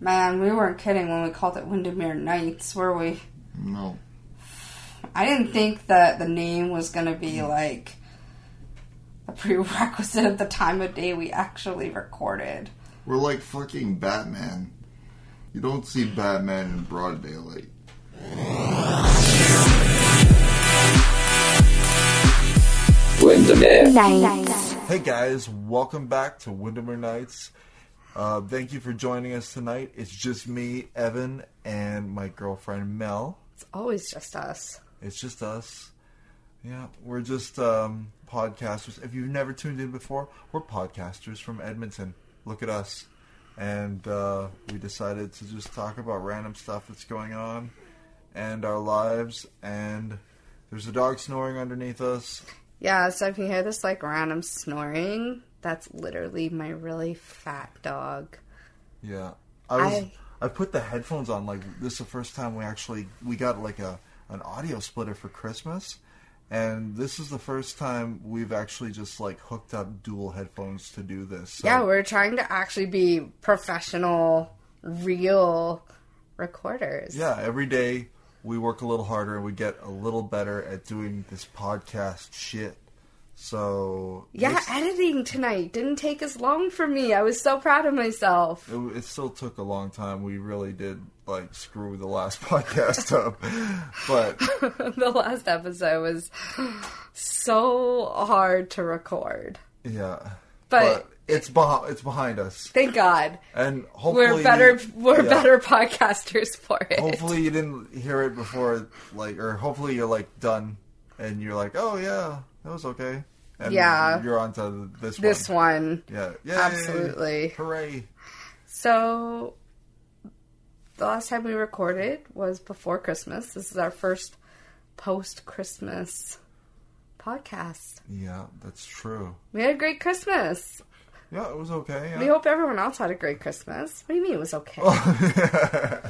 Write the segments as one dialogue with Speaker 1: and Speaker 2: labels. Speaker 1: Man, we weren't kidding when we called it Windermere Nights, were we?
Speaker 2: No.
Speaker 1: I didn't think that the name was going to be like a prerequisite of the time of day we actually recorded.
Speaker 2: We're like fucking Batman. You don't see Batman in broad daylight.
Speaker 3: Windermere.
Speaker 4: Nights.
Speaker 2: Hey guys, welcome back to Windermere Nights. Uh, thank you for joining us tonight. It's just me, Evan, and my girlfriend Mel.
Speaker 5: It's always just us.
Speaker 2: It's just us. Yeah, we're just um, podcasters. If you've never tuned in before, we're podcasters from Edmonton. Look at us. And uh, we decided to just talk about random stuff that's going on and our lives. And there's a dog snoring underneath us.
Speaker 5: Yeah, so if you hear this like random snoring, that's literally my really fat dog.
Speaker 2: Yeah, I was. I,
Speaker 5: I-
Speaker 2: put the headphones on. Like this is the first time we actually we got like a an audio splitter for Christmas, and this is the first time we've actually just like hooked up dual headphones to do this. So,
Speaker 5: Yeah, we're trying to actually be professional, real recorders.
Speaker 2: yeah. Every day we work a little harder and we get a little better at doing this podcast shit. So
Speaker 5: Yeah,
Speaker 2: this-
Speaker 5: editing tonight didn't take as long for me. I was so proud of myself.
Speaker 2: it, it still took a long time. We really did like screw the last podcast up, but.
Speaker 5: the last episode was so hard to record.
Speaker 2: Yeah.
Speaker 5: But-
Speaker 2: it's behind it's behind us.
Speaker 5: Thank God.
Speaker 2: And hopefully
Speaker 5: We're better we're
Speaker 2: yeah.
Speaker 5: better podcasters for it.
Speaker 2: Hopefully you didn't hear it before like or hopefully you're like done and you're like, "Oh yeah, that was okay." And
Speaker 5: Yeah.
Speaker 2: you're on to this one.
Speaker 5: This one.
Speaker 2: Yeah. Yay.
Speaker 5: Absolutely.
Speaker 2: Hooray.
Speaker 5: So, the last time we recorded was before Christmas. This is our first post Christmas podcast.
Speaker 2: Yeah, that's true.
Speaker 5: We had a great Christmas.
Speaker 2: Yeah, it was okay.
Speaker 5: We
Speaker 2: Yeah.
Speaker 5: hope everyone else had a great Christmas. What do you mean it was okay?
Speaker 2: Oh. no,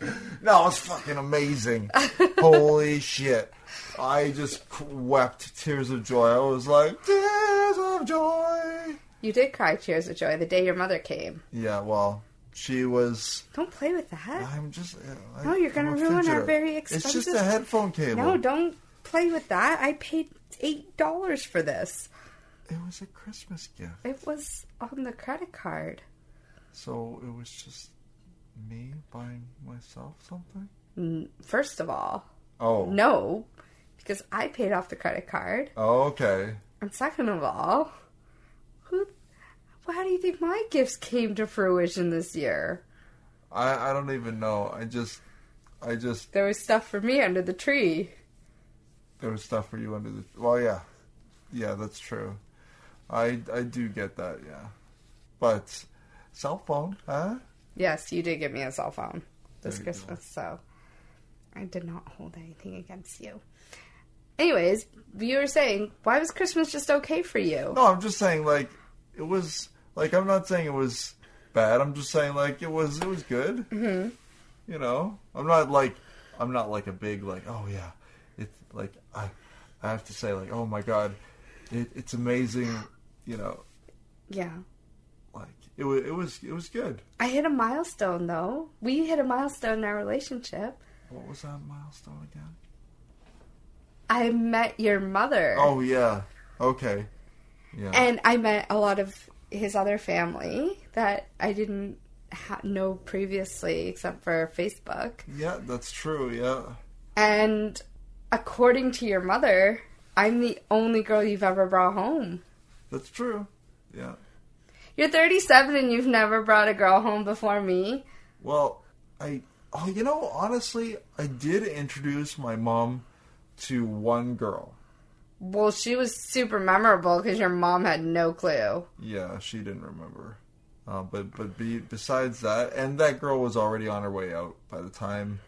Speaker 2: it was fucking amazing. Holy shit. I just wept tears of joy. I was like, "Tears of joy."
Speaker 5: You did cry tears of joy the day your mother came.
Speaker 2: Yeah, well, she was.
Speaker 5: Don't play with that.
Speaker 2: I'm just. I,
Speaker 5: No, you're gonna
Speaker 2: I'm a
Speaker 5: ruin our
Speaker 2: fidgeter.
Speaker 5: very
Speaker 2: It's just a
Speaker 5: expensive-
Speaker 2: headphone cable.
Speaker 5: No, don't play with that. I paid $8 for this.
Speaker 2: It was a Christmas gift,
Speaker 5: It was on the credit card.
Speaker 2: so it was just me buying myself something.
Speaker 5: First of all,
Speaker 2: Oh
Speaker 5: no, because I paid off the credit card.
Speaker 2: Oh, okay.
Speaker 5: And second of all, who? How do you think my gifts came to fruition this year?
Speaker 2: I I don't even know. I just I just
Speaker 5: There was stuff for me under the tree.
Speaker 2: there was stuff for you under the. Well, yeah, yeah, that's true. I I do get that. Yeah, but cell phone, huh?
Speaker 5: Yes, you did give me a cell phone this
Speaker 2: There you go.
Speaker 5: Christmas, so I did not hold anything against you. Anyways, you were saying why was Christmas just okay for you?
Speaker 2: No, I'm just saying like it was like I'm not saying it was bad. I'm just saying like it was it was good. Mm-hmm. You know, I'm not like I'm not like a big like oh yeah, it's like I I have to say like oh my god, it, it's amazing. You know,
Speaker 5: Yeah,
Speaker 2: like it was it was it was good.
Speaker 5: I hit a milestone though. We hit a milestone in our relationship.
Speaker 2: What was that milestone again?
Speaker 5: I met your mother.
Speaker 2: Oh yeah, okay, yeah.
Speaker 5: and I met a lot of his other family that I didn't ha- know previously, except for Facebook.
Speaker 2: yeah, that's true. Yeah,
Speaker 5: And according to your mother, I'm the only girl you've ever brought home.
Speaker 2: that's true. Yeah.
Speaker 5: You're 37 and you've never brought a girl home before me.
Speaker 2: Well, I oh, you know, honestly, I did introduce my mom to one girl.
Speaker 5: Well, she was super memorable because your mom had no clue.
Speaker 2: Yeah, she didn't remember. Uh, but but be, besides that, and that girl was already on her way out by the time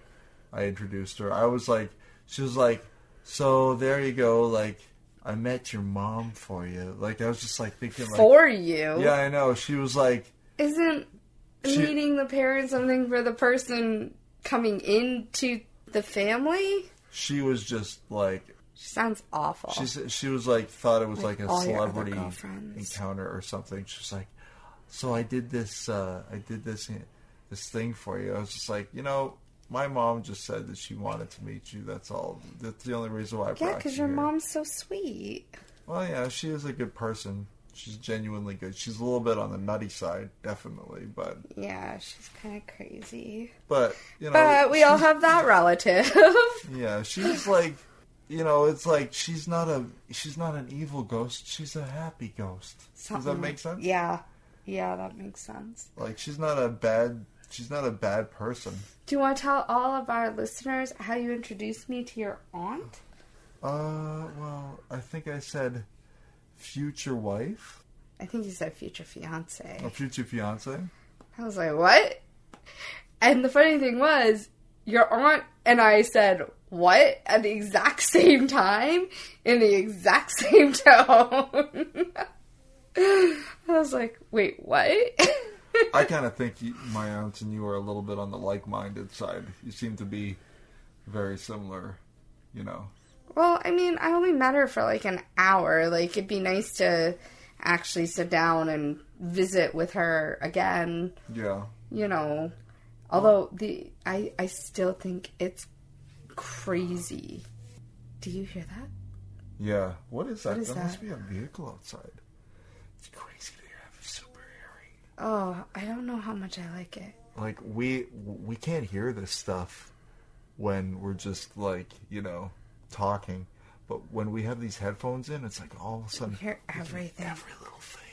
Speaker 2: I introduced her. I was like, she was like, so there you go, like I met your mom for you. Like I was just like thinking, like,
Speaker 5: For you,
Speaker 2: yeah, I know. She was like,
Speaker 5: isn't
Speaker 2: She-
Speaker 5: meeting the parents something for the person coming into the family?
Speaker 2: she was just like,
Speaker 5: She sounds awful.
Speaker 2: She s- she was like thought it was like, a
Speaker 5: Oh. all your other
Speaker 2: celebrity
Speaker 5: girlfriends.
Speaker 2: encounter or something. She was like, so I did this. Uh, I did this. this thing for you. I was just like, you know, my mom just said that she wanted to meet you. That's all. That's the only reason why I
Speaker 5: Yeah,
Speaker 2: brought you
Speaker 5: because your
Speaker 2: here.
Speaker 5: mom's so sweet.
Speaker 2: Well, yeah, she is a good person. She's genuinely good. She's a little bit on the nutty side, definitely, but
Speaker 5: Yeah, she's kind of crazy.
Speaker 2: but you know,
Speaker 5: But we all
Speaker 2: Oh, she's-
Speaker 5: have that relative.
Speaker 2: Yeah, she's like, you know, it's like she's not a she's not an evil ghost. She's a happy ghost. Does that
Speaker 5: Something-
Speaker 2: make sense?
Speaker 5: Yeah. Yeah, that makes sense.
Speaker 2: Like she's not a bad she's not a bad person.
Speaker 5: Do you want to tell all of our listeners how you introduced me to your aunt?
Speaker 2: Uh, well, I think I said future wife
Speaker 5: I think you said future fiance.
Speaker 2: or future fiance.
Speaker 5: I was like, what? And the funny thing was, your aunt and I said, what? At the exact same time, in the exact same tone. I was like, wait, what?
Speaker 2: I kind of think you, my aunt and you are a little bit on the like-minded side. You seem to be very similar, you know.
Speaker 5: well, I mean, I only met her for like an hour. Like, it'd be nice to actually sit down and visit with her again.
Speaker 2: Yeah.
Speaker 5: you know although the i i still think it's crazy do you hear that
Speaker 2: Yeah. What is that?
Speaker 5: What is
Speaker 2: there must
Speaker 5: that?
Speaker 2: be a vehicle outside. It's crazy to have super airy.
Speaker 5: oh i don't know how much i like it
Speaker 2: Like we we can't hear this stuff when we're just like you know talking, but when we have these headphones in, it's like all of a
Speaker 5: i
Speaker 2: sudden
Speaker 5: hear everything
Speaker 2: every little thing.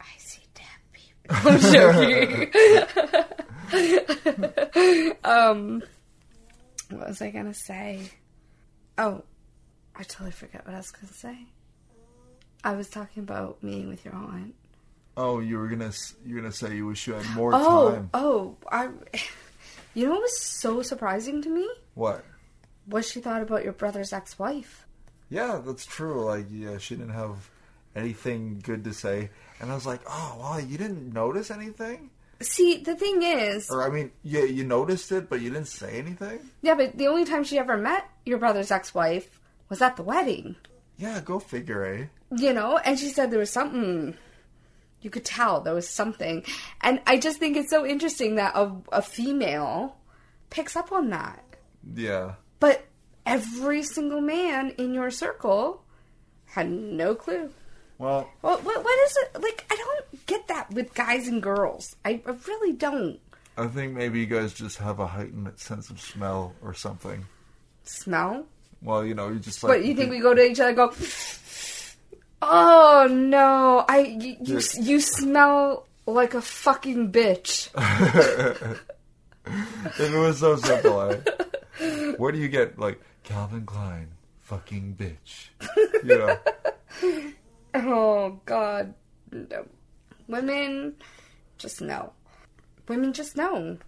Speaker 5: i see dead people i'm joking um what was i gonna say oh i totally forgot what i was gonna say i was talking about meeting with your aunt
Speaker 2: Oh, you were gonna s- you were gonna say you wish you had more
Speaker 5: oh
Speaker 2: time.
Speaker 5: oh i you know what was so surprising to me
Speaker 2: What?
Speaker 5: what she thought about your brother's ex-wife.
Speaker 2: Yeah, that's true. Like, yeah, she didn't have anything good to say, and I was like, oh wow, you didn't notice anything,
Speaker 5: See, the thing is,
Speaker 2: or I mean, yeah, you noticed it, but you didn't say anything.
Speaker 5: yeah, but the only time she ever met your brother's ex-wife was at the wedding,
Speaker 2: Yeah, go figure, eh?
Speaker 5: you know, and she said there was something you could tell there was something. And I just think it's so interesting that a, a female picks up on that.
Speaker 2: Yeah.
Speaker 5: But every single man in your circle had no clue.
Speaker 2: Well,
Speaker 5: What, what, what is it? Like, I don't get that with guys and girls. I, I really don't.
Speaker 2: I think maybe you guys just have a heightened sense of smell or something.
Speaker 5: Smell?
Speaker 2: Well, you know, you just like.
Speaker 5: What you think we go to each other? and Go. Oh no! I you you, s- you smell like a fucking bitch.
Speaker 2: if it was so simple, eh? Where do you get like Calvin Klein, fucking bitch? You know,
Speaker 5: Oh god, No. women just know. Women just know.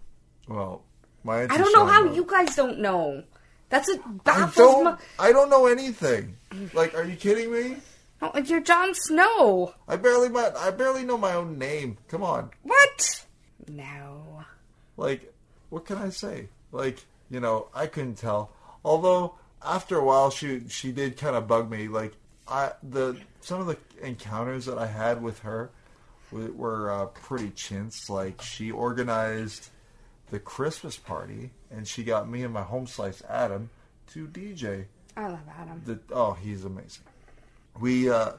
Speaker 2: well, my.
Speaker 5: I don't know how you guys don't know. That's what
Speaker 2: I
Speaker 5: baffles my.
Speaker 2: don't. I don't know anything. Like, are you kidding me?
Speaker 5: No, like you're Jon Snow.
Speaker 2: I barely my I barely know my own name. Come on.
Speaker 5: What? No.
Speaker 2: Like, what can I say? Like, you know, I couldn't tell. Although after a while she she did kind of bug me. Like I the some of the encounters that I had with her were, were uh, pretty chintz. Like she organized the Christmas party and she got me and my home slice Adam to DJ.
Speaker 5: I love Adam.
Speaker 2: The oh, he's amazing. We uh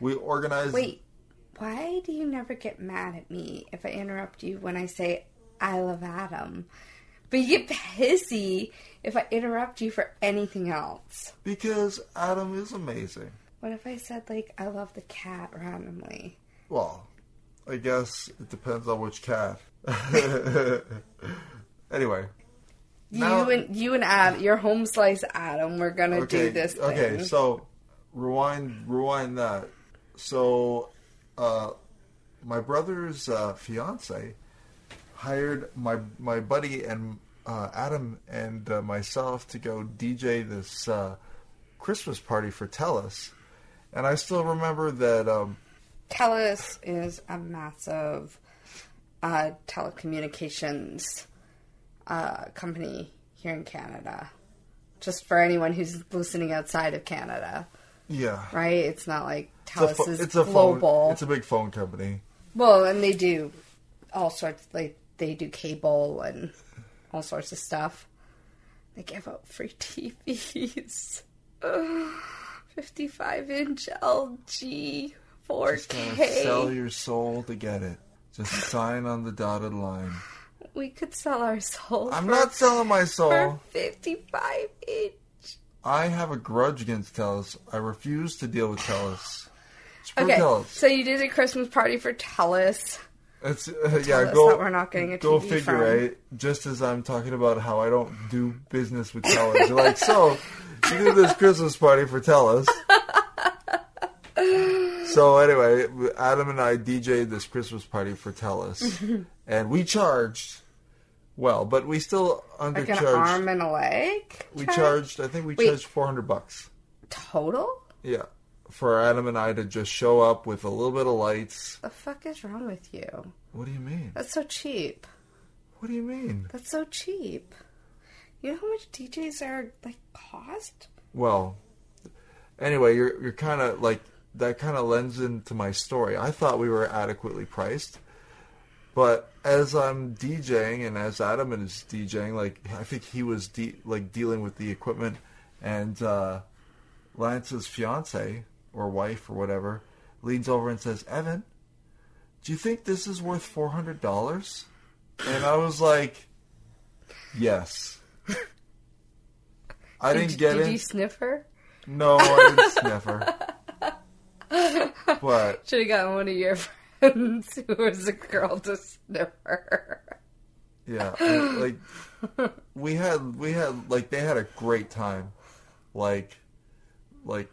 Speaker 2: we organized
Speaker 5: Wait, why do you never get mad at me if I interrupt you when I say I love Adam? But you get pissy if I interrupt you for anything else.
Speaker 2: because Adam is amazing.
Speaker 5: What if I said, like, I love the cat randomly?
Speaker 2: Well, I guess it depends on which cat. anyway, No.
Speaker 5: You and you and Adam, your home slice Adam, we're gonna
Speaker 2: okay,
Speaker 5: do this thing.
Speaker 2: okay. So rewind, rewind that. So, uh, my brother's uh, fiance hired my my buddy and uh, Adam and uh, myself to go DJ this uh, Christmas party for Tellus, and I still remember that. Um,
Speaker 5: Telus is a massive uh, telecommunications uh, company here in Canada. Just for anyone who's listening outside of Canada,
Speaker 2: yeah.
Speaker 5: right? It's not like
Speaker 2: It's a
Speaker 5: Telus
Speaker 2: pho-
Speaker 5: is
Speaker 2: it's a phone.
Speaker 5: global.
Speaker 2: It's a big phone company.
Speaker 5: well, and they do all sorts like they do cable and all sorts of stuff. They give out free TVs. 55 inch LG
Speaker 2: Just gotta
Speaker 5: 4K.
Speaker 2: sell your soul to get it. Just sign on the dotted line.
Speaker 5: we could sell our souls
Speaker 2: I'm
Speaker 5: for,
Speaker 2: not selling my
Speaker 5: for
Speaker 2: soul.
Speaker 5: 55 inch.
Speaker 2: I have a grudge against Telus. I refuse to deal with Telus. Screw
Speaker 5: Okay,
Speaker 2: Telus.
Speaker 5: so you did a Christmas party for Telus.
Speaker 2: It's uh, yeah.
Speaker 5: us
Speaker 2: Go.
Speaker 5: that we're not getting a
Speaker 2: go
Speaker 5: TV
Speaker 2: figure
Speaker 5: from.
Speaker 2: right. Just as I'm talking about how I don't do business with Telus, you're like, so you did this Christmas party for Telus. so anyway, Adam and I DJ'd this Christmas party for Telus, and we charged well, but we still
Speaker 5: Like an
Speaker 2: undercharged.
Speaker 5: arm and a leg?
Speaker 2: we
Speaker 5: charge?
Speaker 2: charged. I think we
Speaker 5: Wait.
Speaker 2: charged 400 bucks.
Speaker 5: Total?
Speaker 2: Yeah, for Adam and I to just show up with a little bit of lights.
Speaker 5: The fuck is wrong with you?
Speaker 2: What do you mean?
Speaker 5: That's so cheap.
Speaker 2: What do you mean?
Speaker 5: That's so cheap. You know how much DJs are like cost?
Speaker 2: well anyway you're you're kind of like that kind of lends into my story i thought we were adequately priced but as i'm djing and as adam is djing like i think he was de- like dealing with the equipment and uh lance's fiance or wife or whatever leans over and says evan do you think this is worth $400 and i was like yes i didn't
Speaker 5: did,
Speaker 2: get
Speaker 5: did
Speaker 2: it
Speaker 5: you sniff her?
Speaker 2: no, I didn't sniff her. But
Speaker 5: Should have gotten one of your friends who was a girl to sniff her.
Speaker 2: yeah, and, like we had we had like they had a great time. Like like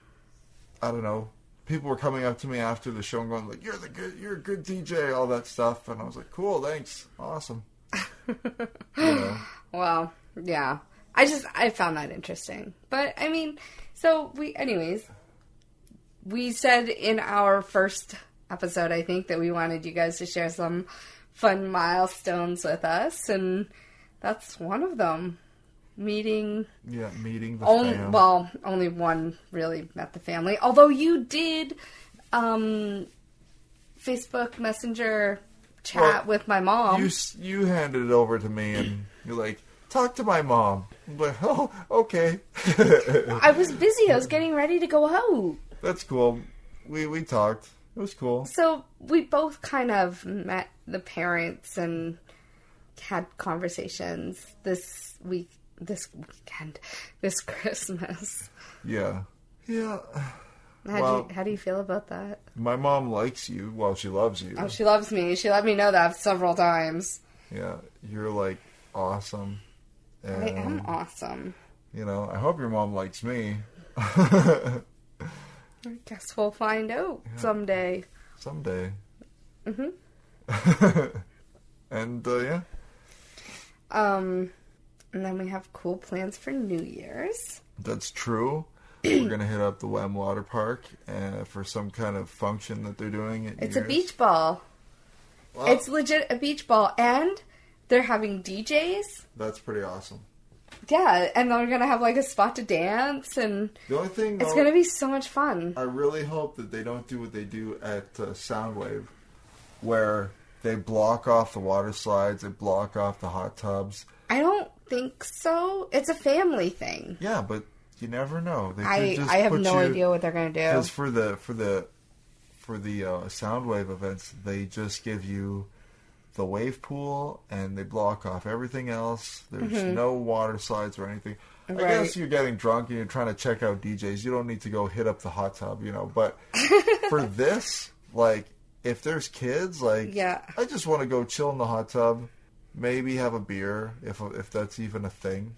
Speaker 2: I don't know. People were coming up to me after the show and going like, "You're the good, you're a good DJ," all that stuff, and I was like, "Cool, thanks, awesome." You know,
Speaker 5: Well, yeah. I just I found that interesting. But I mean, so we anyways, we said in our first episode I think that we wanted you guys to share some fun milestones with us and that's one of them. Meeting
Speaker 2: yeah, meeting the
Speaker 5: only
Speaker 2: fam.
Speaker 5: well, only one really met the family. Although you did um Facebook Messenger chat
Speaker 2: Well,
Speaker 5: with my mom.
Speaker 2: you s- you handed it over to me, and you're like, "Talk to my mom." I'm like, oh, okay.
Speaker 5: I was busy. I was getting ready to go out.
Speaker 2: That's cool. We we talked. It was cool.
Speaker 5: So we both kind of met the parents and had conversations this week, this weekend, this Christmas.
Speaker 2: Yeah. Yeah.
Speaker 5: How,
Speaker 2: Well-
Speaker 5: do you, how do you feel about that?
Speaker 2: My mom likes you. Well, she loves you.
Speaker 5: Oh, she loves me. She let me know that several times.
Speaker 2: Yeah. You're like awesome. And,
Speaker 5: I am awesome.
Speaker 2: You know, I hope your mom likes me.
Speaker 5: I guess we'll find out someday.
Speaker 2: Someday. Mm-hmm. and uh, yeah.
Speaker 5: Um, and then we have cool plans for New Year's.
Speaker 2: That's true. We're gonna hit up the Wham Water Park uh, for some kind of function that they're doing. At
Speaker 5: It's a
Speaker 2: New Year's.
Speaker 5: beach ball.
Speaker 2: Well,
Speaker 5: It's legit a beach ball, and they're having DJs.
Speaker 2: that's pretty awesome.
Speaker 5: Yeah, and they're gonna have like a spot to dance, and
Speaker 2: The only thing
Speaker 5: it's
Speaker 2: though-
Speaker 5: gonna be so much fun.
Speaker 2: I really hope that they don't do what they do at uh, Soundwave, where they block off the water slides, they block off the hot tubs.
Speaker 5: I don't think so. It's a family thing.
Speaker 2: Yeah, but you never know. They
Speaker 5: I I have no idea what they're gonna do.
Speaker 2: Because for the for the for the uh, Soundwave events, they just give you the wave pool and they block off everything else. There's no water slides or anything. I guess
Speaker 5: Mm-hmm. Right.
Speaker 2: you're getting drunk and you're trying to check out DJs. You don't need to go hit up the hot tub, you know. But for this, like, if there's kids, like,
Speaker 5: Yeah.
Speaker 2: I just want to go chill in the hot tub, maybe have a beer if if that's even a thing,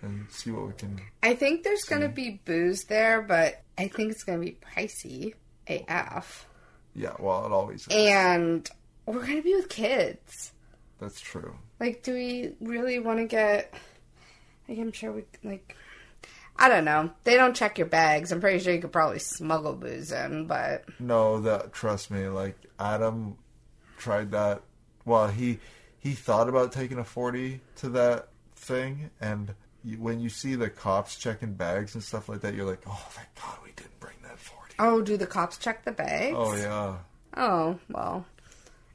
Speaker 2: and see what we can.
Speaker 5: I think there's gonna be booze there, but I think it's gonna be pricey AF,
Speaker 2: Yeah, well, it always is.
Speaker 5: and we're gonna be with kids.
Speaker 2: that's true.
Speaker 5: Like, do we really want to get? Like, I'm sure we like. I don't know. They don't check your bags. I'm pretty sure you could probably smuggle booze in, but
Speaker 2: No, that trust me. Like Adam tried that. Well, he he thought about taking a forty to that thing, and you, when you see the cops checking bags and stuff like that, you're like, oh, thank God we didn't bring that forty.
Speaker 5: oh, do the cops check the bags?
Speaker 2: Oh yeah,
Speaker 5: Oh, well.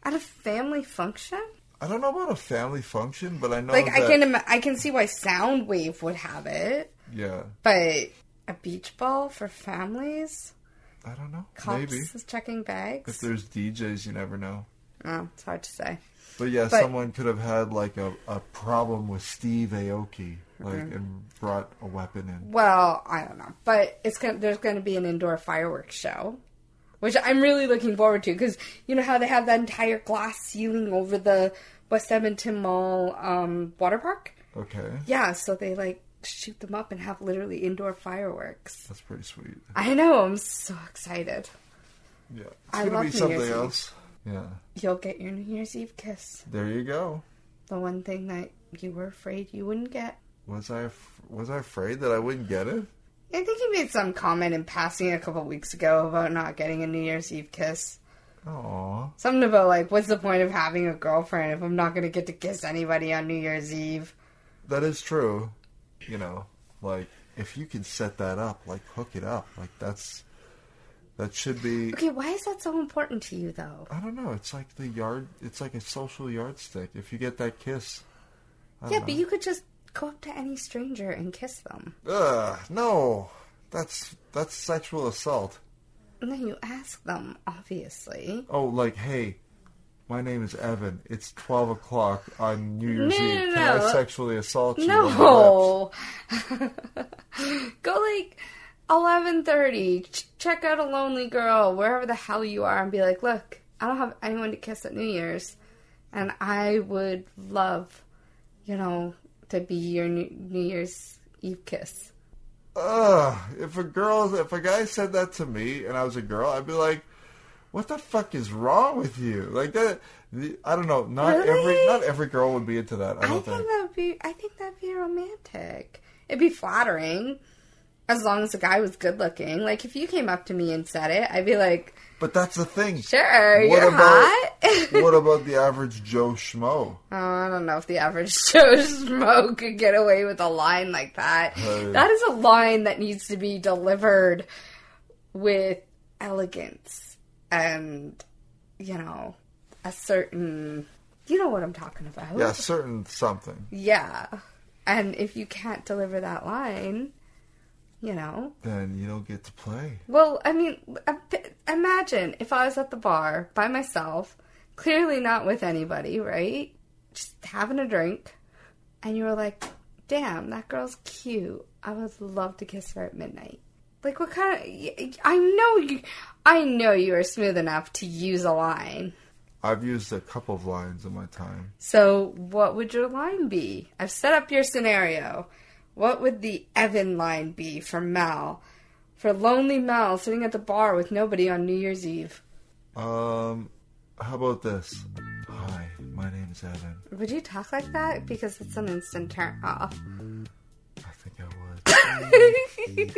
Speaker 5: At a family function?
Speaker 2: I don't know about a family function, but I know
Speaker 5: Like I
Speaker 2: that-
Speaker 5: can Im- I can see why Soundwave would have it,
Speaker 2: Yeah,
Speaker 5: but a beach ball for families.
Speaker 2: I don't know.
Speaker 5: Cops
Speaker 2: Maybe
Speaker 5: is checking
Speaker 2: if
Speaker 5: bags.
Speaker 2: there's DJs, you never know.
Speaker 5: Oh, it's hard to say.
Speaker 2: But yeah,
Speaker 5: But-
Speaker 2: someone could have had like a, a problem with Steve Aoki, like
Speaker 5: Mm-hmm.
Speaker 2: and brought a weapon in.
Speaker 5: Well, I don't know, but it's gonna, there's going to be an indoor fireworks show, which I'm really looking forward to because you know how they have that entire glass ceiling over the West Edmonton Mall um, water park.
Speaker 2: Okay,
Speaker 5: Yeah, so they like shoot them up and have literally indoor fireworks.
Speaker 2: that's pretty sweet.
Speaker 5: I know, I'm so excited.
Speaker 2: Yeah, it's
Speaker 5: I
Speaker 2: gonna
Speaker 5: love
Speaker 2: be
Speaker 5: New
Speaker 2: something
Speaker 5: Year's Eve.
Speaker 2: else. Yeah,
Speaker 5: You'll get your New Year's Eve kiss,
Speaker 2: there you go.
Speaker 5: the one thing that you were afraid you wouldn't get.
Speaker 2: Was I af- was I afraid that I wouldn't get it?
Speaker 5: I think you made some comment in passing a couple weeks ago about not getting a New Year's Eve kiss.
Speaker 2: Aww,
Speaker 5: Something about like, what's the point of having a girlfriend if I'm not gonna get to kiss anybody on New Year's Eve?
Speaker 2: that is true. You know, like if you can set that up, like hook it up, like that's that should be.
Speaker 5: Okay, why is that so important to you though?
Speaker 2: I don't know. It's like the yard. It's like a social yardstick. If you get that kiss, I
Speaker 5: Yeah,
Speaker 2: don't
Speaker 5: but you could just go up to any stranger and kiss them.
Speaker 2: Ugh, no. That's that's sexual assault.
Speaker 5: And then you ask them, obviously.
Speaker 2: Oh, like, hey, my name is Evan. It's twelve o'clock on New Year's
Speaker 5: No,
Speaker 2: Eve.
Speaker 5: no,
Speaker 2: Can
Speaker 5: no.
Speaker 2: I sexually assault you? on the lips?
Speaker 5: No, go like eleven thirty. Ch- check out a lonely girl wherever the hell you are, and be like, look, I don't have anyone to kiss at New Year's, and I would love, you know, to be your New, New Year's Eve kiss.
Speaker 2: Ugh. If a girl, if a guy said that to me, and I was a girl, I'd be like, "What the fuck is wrong with you?" Like that. The, I don't know. Not
Speaker 5: Really?
Speaker 2: every not every girl would be into that. I
Speaker 5: I
Speaker 2: don't
Speaker 5: think that would be. I think that'd be romantic. It'd be flattering, as long as the guy was good looking. Like if you came up to me and said it, I'd be like,
Speaker 2: But that's the thing.
Speaker 5: sure,
Speaker 2: What
Speaker 5: you're
Speaker 2: about-
Speaker 5: hot.
Speaker 2: what about the average Joe schmo?
Speaker 5: Oh, I don't know if the average Joe Schmo could get away with a line like that.
Speaker 2: Hey.
Speaker 5: That is a line that needs to be delivered with elegance and, you know, a certain. You know what I'm talking about.
Speaker 2: Yeah, certain something.
Speaker 5: Yeah. And if you can't deliver that line, you know.
Speaker 2: Then you don't get to play.
Speaker 5: Well, I mean, a- imagine if I was at the bar by myself, clearly not with anybody, right? Just having a drink, and you were like, damn, that girl's cute. I would love to kiss her at midnight. Like, what kind of. y- y- I know you. I know you are smooth enough to use a line.
Speaker 2: I've used a couple of lines in my time.
Speaker 5: So, what would your line be? I've set up your scenario. What would the Evan line be for Mal? For lonely Mal sitting at the bar with nobody on New Year's Eve.
Speaker 2: Um, how about this? Hi, my name is Evan.
Speaker 5: Would you talk like that? Because it's an instant turn off.
Speaker 2: I think I would.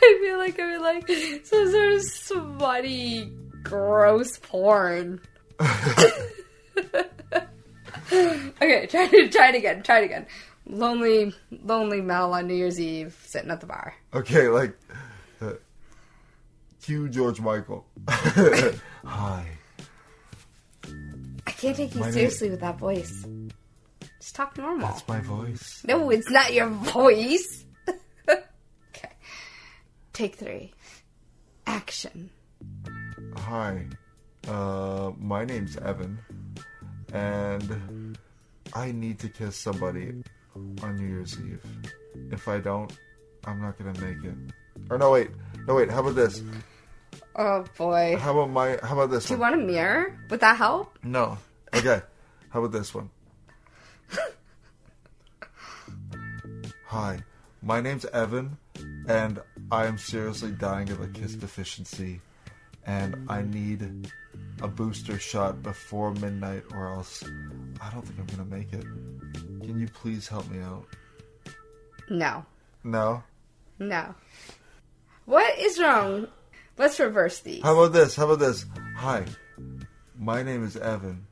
Speaker 5: I feel like I'm in like some sort of sweaty, gross porn. okay, try it, try it again. Try it again. Lonely, lonely Mal on New Year's Eve sitting at the bar.
Speaker 2: okay, like, uh, cue George Michael. Hi,
Speaker 5: I can't take you
Speaker 2: My name-
Speaker 5: seriously with that voice. Just talk normal.
Speaker 2: that's my voice.
Speaker 5: No, it's not your voice. okay. Take three. Action.
Speaker 2: Hi, uh, my name's Evan, and I need to kiss somebody on New Year's Eve. If I don't, I'm not gonna make it. Or no, wait, no, wait. How about this?
Speaker 5: Oh boy.
Speaker 2: How about my? How about this
Speaker 5: Do you
Speaker 2: one?
Speaker 5: want a mirror? Would that help?
Speaker 2: No. Okay. How about this one? Hi, my name's Evan, and I am seriously dying of a kiss deficiency, and I need a booster shot before midnight, or else I don't think I'm gonna make it. Can you please help me out?
Speaker 5: No.
Speaker 2: No.
Speaker 5: No. What is wrong? Let's reverse these.
Speaker 2: How about this? How about this? Hi, my name is Evan,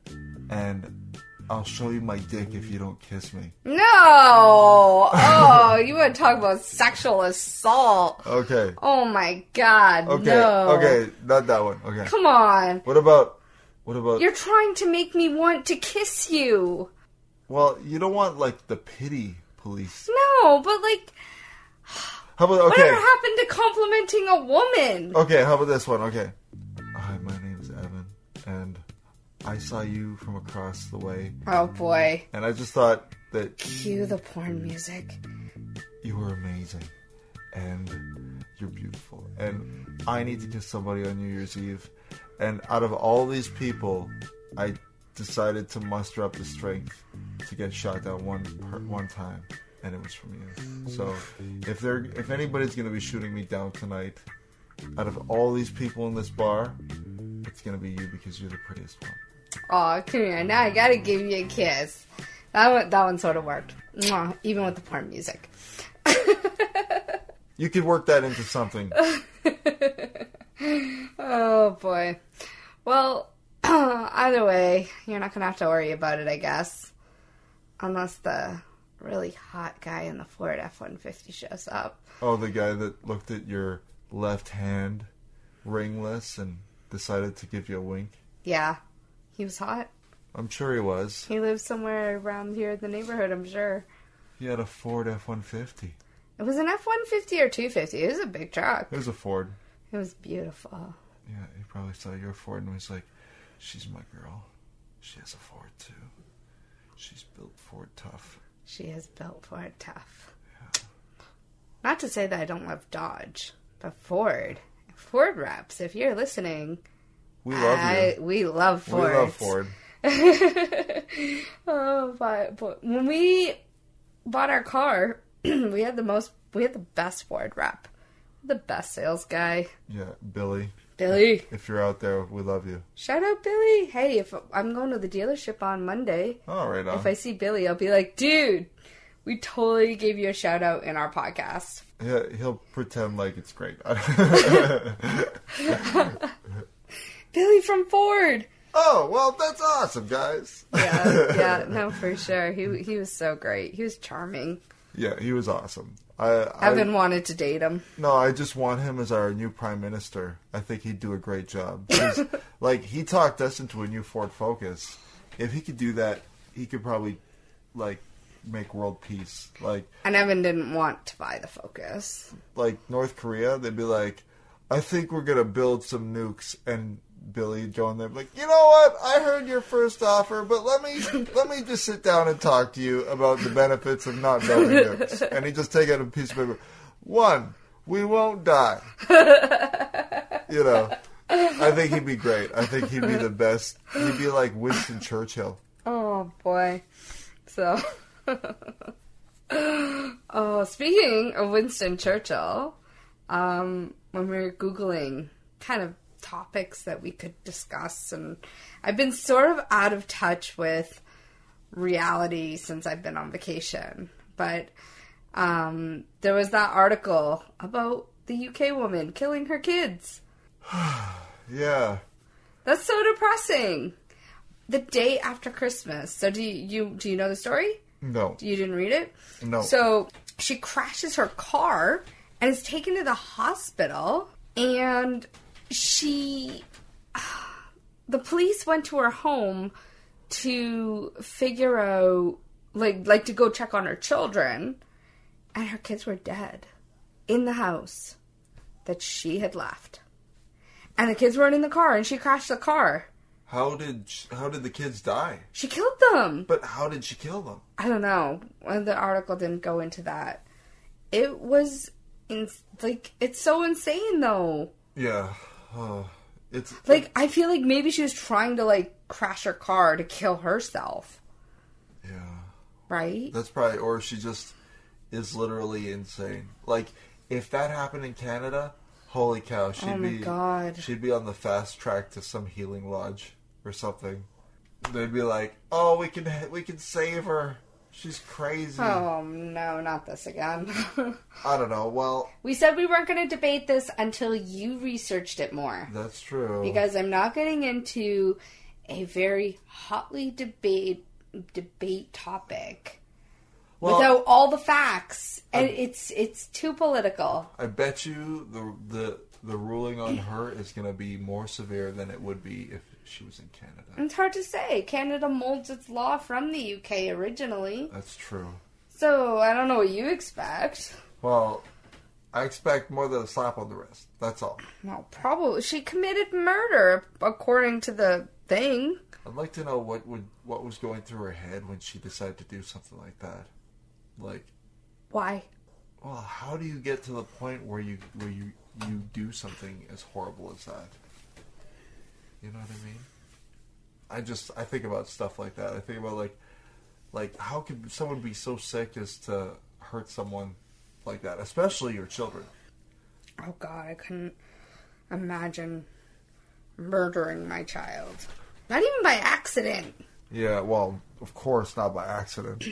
Speaker 2: and I'll show you my dick if you don't kiss me.
Speaker 5: No. Oh, you want to talk about sexual assault?
Speaker 2: Okay.
Speaker 5: Oh my god.
Speaker 2: Okay,
Speaker 5: No.
Speaker 2: okay, not that one. Okay.
Speaker 5: Come on.
Speaker 2: What about What about?
Speaker 5: You're trying to make me want to kiss you.
Speaker 2: well, you don't want like the pity police.
Speaker 5: No, but like,
Speaker 2: How about okay?
Speaker 5: whatever happened to complimenting a woman?
Speaker 2: Okay, how about this one? Okay. Hi, my name's Evan, and I saw you from across the way,
Speaker 5: Oh boy.
Speaker 2: and I just thought that
Speaker 5: Cue the porn music.
Speaker 2: you were amazing, and you're beautiful, and I need to kiss somebody on New Year's Eve, and out of all these people, I decided to muster up the strength to get shot down one per, one time, and it was from you. So, if there if anybody's gonna be shooting me down tonight, out of all these people in this bar, it's gonna be you because you're the prettiest one.
Speaker 5: Aw, come here. Now I gotta give you a kiss. That one, that one sort of worked. Mwah, even with the porn music.
Speaker 2: You could work that into something.
Speaker 5: oh boy. Well, either way, you're not gonna have to worry about it, I guess. Unless the really hot guy in the Ford F 150 shows up.
Speaker 2: Oh, the guy that looked at your left hand ringless and decided to give you a wink.
Speaker 5: Yeah, he was hot.
Speaker 2: I'm sure he was.
Speaker 5: He lives somewhere around here in the neighborhood, I'm sure.
Speaker 2: He had a Ford F-150.
Speaker 5: It was an F 150 or 250. It was a big truck.
Speaker 2: It was a Ford.
Speaker 5: It was beautiful.
Speaker 2: Yeah, he probably saw your Ford and was like, "She's my girl. She has a Ford too. She's built Ford tough."
Speaker 5: She is built for it tough. Not to say that I don't love Dodge, but Ford. Ford reps, if you're listening,
Speaker 2: We love
Speaker 5: I,
Speaker 2: you.
Speaker 5: we love Ford.
Speaker 2: We love Ford.
Speaker 5: oh, but, but when we bought our car, we had the most, we had the best Ford rep, the best sales guy,
Speaker 2: Yeah, Billy.
Speaker 5: Billy.
Speaker 2: If you're out there, we love you.
Speaker 5: Shout out Billy. Hey, if I'm going to the dealership on Monday,
Speaker 2: All right, on.
Speaker 5: if I see Billy, I'll be like, dude, we totally gave you a shout out in our podcast.
Speaker 2: Yeah, he'll pretend like it's great.
Speaker 5: Billy from Ford.
Speaker 2: oh well, that's awesome, guys.
Speaker 5: Yeah, yeah, no, for sure. He he was so great. He was charming.
Speaker 2: Yeah, he was awesome. I, I
Speaker 5: Evan wanted to date him.
Speaker 2: no, I just want him as our new prime minister. I think he'd do a great job. 'Cause, like he talked us into a new Ford Focus. If he could do that, he could probably like make world peace. Like
Speaker 5: And Evan didn't want to buy the Focus.
Speaker 2: like North Korea, they'd be like, I think we're gonna build some nukes and Billy going there like, you know what? I heard your first offer, but let me let me just sit down and talk to you about the benefits of not building nukes. And he just take out a piece of paper. One, we won't die. you know. I think he'd be great. I think he'd be the best. He'd be like Winston Churchill.
Speaker 5: Oh boy. So Oh, speaking of Winston Churchill, um, when we were googling kind of topics that we could discuss and I've been sort of out of touch with reality since I've been on vacation. But um, there was that article about the UK woman killing her kids.
Speaker 2: Yeah.
Speaker 5: That's so depressing. The day after Christmas. So do you, you do you know the story?
Speaker 2: No.
Speaker 5: You didn't read it?
Speaker 2: No.
Speaker 5: So she crashes her car and is taken to the hospital and she the police went to her home to figure out like like to go check on her children and her kids were dead in the house that she had left. And the kids weren't in the car and she crashed the car.
Speaker 2: How did sh- how did the kids die?
Speaker 5: She killed them.
Speaker 2: But how did she kill them?
Speaker 5: I don't know. Well, The article didn't go into that. It was in, like it's so insane though.
Speaker 2: Yeah. Oh, it's
Speaker 5: Like I feel like maybe she was trying to like crash her car to kill herself,
Speaker 2: yeah.
Speaker 5: right?
Speaker 2: That's probably or she just is literally insane. Like if that happened in Canada, holy cow, she'd
Speaker 5: Oh my
Speaker 2: be
Speaker 5: God.
Speaker 2: she'd be on the fast track to some healing lodge or something. They'd be like, "Oh, we can we can save her. She's crazy."
Speaker 5: Oh no, not this again.
Speaker 2: I don't know. Well,
Speaker 5: we said we weren't going to debate this until you researched it more.
Speaker 2: that's true.
Speaker 5: because I'm not getting into a very hotly debate debate topic
Speaker 2: Well-
Speaker 5: without all the facts, and it's it's too political.
Speaker 2: I bet you the the the ruling on her is going to be more severe than it would be if she was in Canada.
Speaker 5: It's hard to say. Canada molds its law from the UK originally.
Speaker 2: That's true.
Speaker 5: So I don't know what you expect.
Speaker 2: Well, I expect more than a slap on the wrist. That's all.
Speaker 5: Well, probably she committed murder according to the thing.
Speaker 2: I'd like to know what would what was going through her head when she decided to do something like that. Like,
Speaker 5: Why?
Speaker 2: well, how do you get to the point where you where you you do something as horrible as that? You know what I mean? I just I think about stuff like that. I think about like like how could someone be so sick as to hurt someone like that, especially your children?
Speaker 5: Oh god, I couldn't imagine murdering my child. Not even by accident.
Speaker 2: Yeah, well, of course not by accident.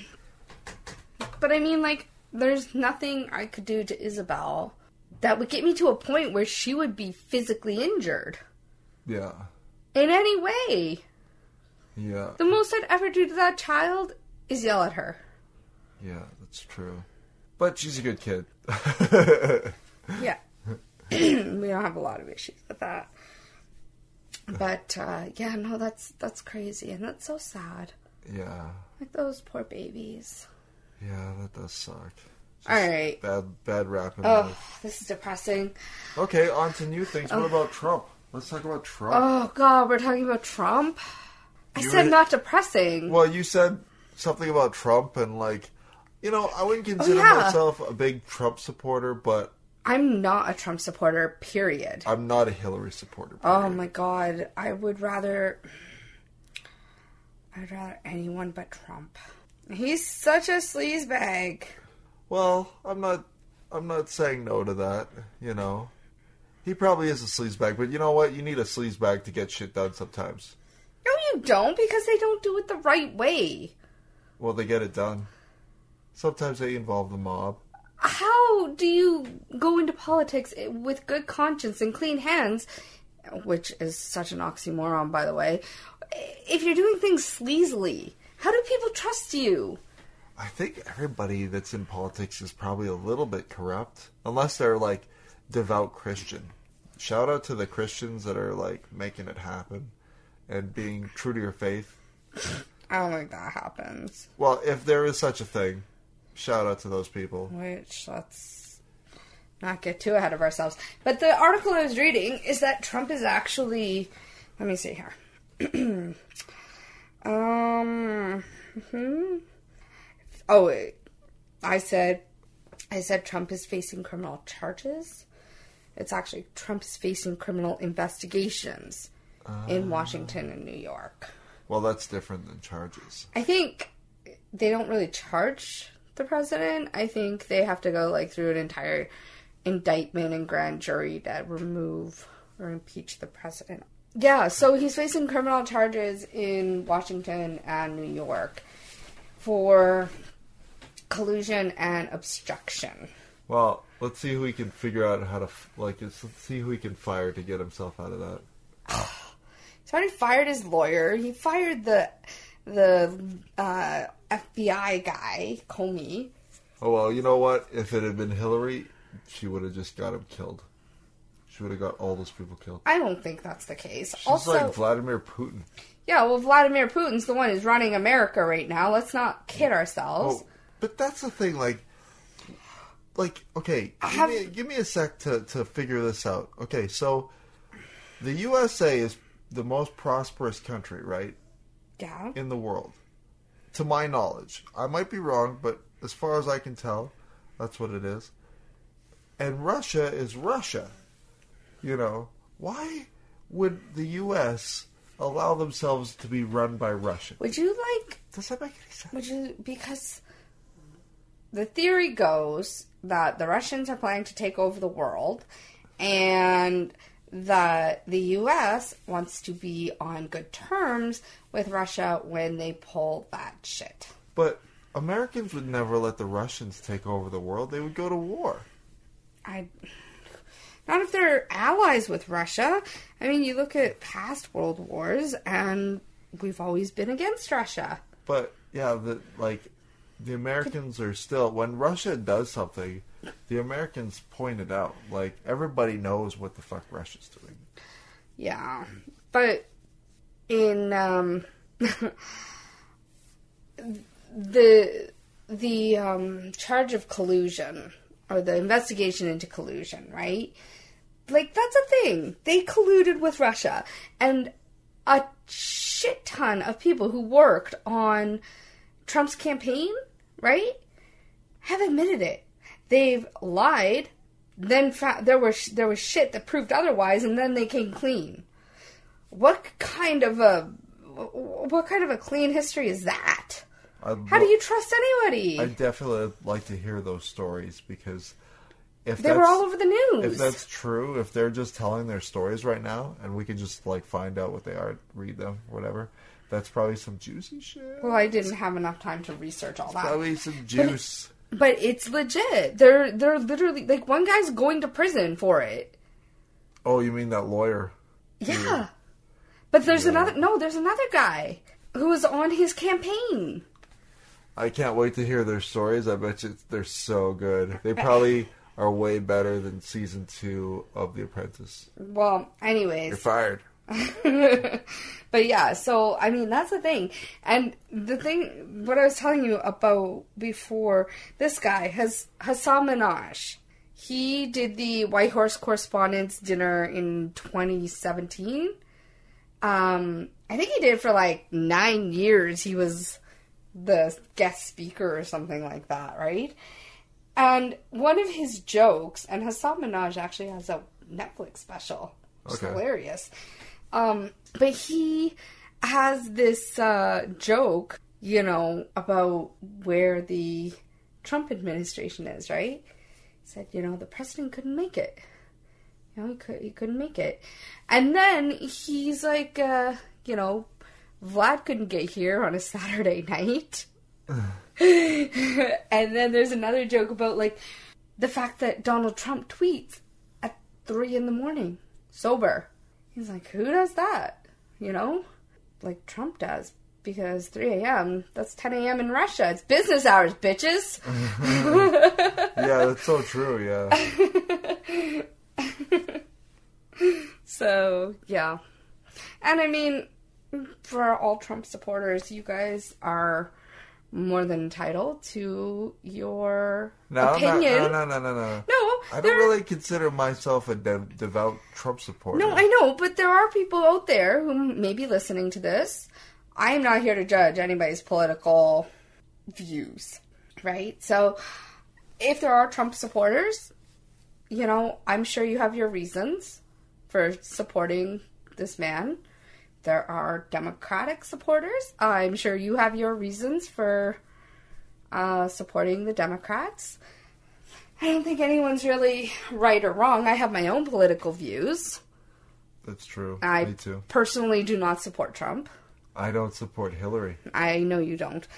Speaker 5: But I mean, like, there's nothing I could do to Isabel that would get me to a point where she would be physically injured
Speaker 2: Yeah.
Speaker 5: in any way.
Speaker 2: Yeah.
Speaker 5: The most I'd ever do to that child is yell at her.
Speaker 2: Yeah, that's true. But she's a good kid.
Speaker 5: Yeah. we don't have a lot of issues with that. But uh, yeah, no, that's that's crazy and that's so sad.
Speaker 2: yeah.
Speaker 5: Like those poor babies.
Speaker 2: Yeah, that does suck.
Speaker 5: All right.
Speaker 2: Bad bad rap in
Speaker 5: Oh,
Speaker 2: life.
Speaker 5: this is depressing.
Speaker 2: Okay, on to new things. What about Trump? Let's talk about Trump.
Speaker 5: Oh God, we're talking about Trump. I
Speaker 2: You
Speaker 5: said
Speaker 2: were-
Speaker 5: not depressing.
Speaker 2: well, you said something about Trump and like you know, I wouldn't consider
Speaker 5: yeah.
Speaker 2: myself a big Trump supporter, but
Speaker 5: I'm not a Trump supporter. Period.
Speaker 2: I'm not a Hillary supporter.
Speaker 5: Oh
Speaker 2: period.
Speaker 5: my God, I would rather. I'd rather anyone but Trump. He's such a sleazebag.
Speaker 2: Well, I'm not I'm not saying no to that, you know. He probably is a sleazebag, but you know what? You need a sleazebag to get shit done sometimes.
Speaker 5: No, you don't, because they don't do it the right way.
Speaker 2: Well, they get it done. Sometimes they involve the mob.
Speaker 5: How do you go into politics with good conscience and clean hands, which is such an oxymoron, by the way, if you're doing things sleazily? How do people trust you?
Speaker 2: I think everybody that's in politics is probably a little bit corrupt, unless they're like devout Christian. Shout out to the Christians that are like making it happen and being true to your faith.
Speaker 5: I don't think that happens.
Speaker 2: Well, if there is such a thing, shout out to those people.
Speaker 5: Which, let's not get too ahead of ourselves. But the article I was reading is that Trump is actually. Let me see here. um. hmm. Oh, wait. I said. I said Trump is facing criminal charges. It's actually Trump is facing criminal investigations in Washington and New York.
Speaker 2: Well, that's different than charges.
Speaker 5: I think they don't really charge the president. I think they have to go like through an entire indictment and grand jury to remove or impeach the president. Yeah, so he's facing criminal charges in Washington and New York for collusion and obstruction.
Speaker 2: Well, let's see who we can figure out how to f- like. Let's see who we can fire to get himself out of that.
Speaker 5: He's already fired his lawyer. He fired the the uh, FBI guy, Comey.
Speaker 2: Oh well, you know what? If it had been Hillary, she would have just got him killed. She would have got all those people killed.
Speaker 5: I don't think that's the case.
Speaker 2: She's like Vladimir Putin.
Speaker 5: Yeah, well, Vladimir Putin's the one who's running America right now. Let's not kid ourselves.
Speaker 2: Oh, but that's the thing. Like, like okay, give,
Speaker 5: have-
Speaker 2: me, a- give me a sec to to figure this out. Okay, so the USA is the most prosperous country, right?
Speaker 5: Yeah.
Speaker 2: in the world, to my knowledge. I might be wrong, but as far as I can tell, that's what it is. And Russia is Russia. You know, why would the U.S. allow themselves to be run by Russia?
Speaker 5: Would you like?
Speaker 2: Does that make any sense?
Speaker 5: Would you because the theory goes that the Russians are planning to take over the world, and that the U.S. wants to be on good terms with Russia when they pull that shit.
Speaker 2: But Americans would never let the Russians take over the world. They would go to war.
Speaker 5: I. Not if they're allies with Russia. I mean, you look at past world wars, and we've always been against Russia.
Speaker 2: But yeah, the like the Americans are still when Russia does something, the Americans point it out. Like everybody knows what the fuck Russia's doing.
Speaker 5: Yeah. But in um, the the um, charge of collusion or the investigation into collusion, right? Like that's a thing. They colluded with Russia, and a shit ton of people who worked on Trump's campaign, right, have admitted it. They've lied. Then fa- there was there was shit that proved otherwise, and then they came clean. What kind of a what kind of a clean history is that?
Speaker 2: I'd
Speaker 5: How do
Speaker 2: lo-
Speaker 5: you trust anybody?
Speaker 2: I definitely like to hear those stories because if
Speaker 5: they were
Speaker 2: that's-
Speaker 5: all over the news.
Speaker 2: If that's true, if they're just telling their stories right now, and we can just like find out what they are, read them, whatever, that's probably some juicy shit.
Speaker 1: Well, I didn't have enough time to research all that.
Speaker 2: Probably some juice.
Speaker 5: But it's legit. They're they're literally like one guy's going to prison for it.
Speaker 2: Oh, you mean that lawyer?
Speaker 5: Yeah. But there's another no, there's another guy who was on his campaign.
Speaker 2: I can't wait to hear their stories. I bet you they're so good. They probably are way better than season two of The Apprentice.
Speaker 5: Well,
Speaker 2: You're
Speaker 5: anyways.
Speaker 2: fired.
Speaker 5: but yeah, so I mean that's the thing. And the thing what I was telling you about before, this guy has Hassan Minaj. He did the White Horse Correspondence Dinner in 2017. Um, I think he did it for like nine years. He was the guest speaker or something like that, right? And one of his jokes, and Hassan Minaj actually has a Netflix special. It's
Speaker 2: Okay.
Speaker 5: hilarious. Um, but he has this uh, joke, you know, about where the Trump administration is, right? He said, you know, the president couldn't make it. You know, he, could, he couldn't make it. And then he's like, uh, you know, Vlad couldn't get here on a Saturday night. and then there's another joke about like the fact that Donald Trump tweets at three in the morning, sober. He's like, who does that? You know, like Trump does because 3 a.m. that's 10 a.m. in Russia. It's business hours, bitches.
Speaker 2: Yeah, that's so true. Yeah,
Speaker 5: So, yeah. And I mean, for all Trump supporters, you guys are more than entitled to your
Speaker 2: no, I'm not-
Speaker 5: opinion.
Speaker 2: no, no, no, no, no.
Speaker 5: No,
Speaker 2: I don't
Speaker 5: there-
Speaker 2: really consider myself a de- devout Trump supporter.
Speaker 5: No, I know, but there are people out there who may be listening to this. I am not here to judge anybody's political views, right? So, if there are Trump supporters, you know, I'm sure you have your reasons for supporting this man. There are Democratic supporters. I'm sure you have your reasons for uh, supporting the Democrats. I don't think anyone's really right or wrong. I have my own political views.
Speaker 2: That's true.
Speaker 5: I
Speaker 2: Me too.
Speaker 5: personally do not support Trump.
Speaker 2: I don't support Hillary.
Speaker 5: I know you don't.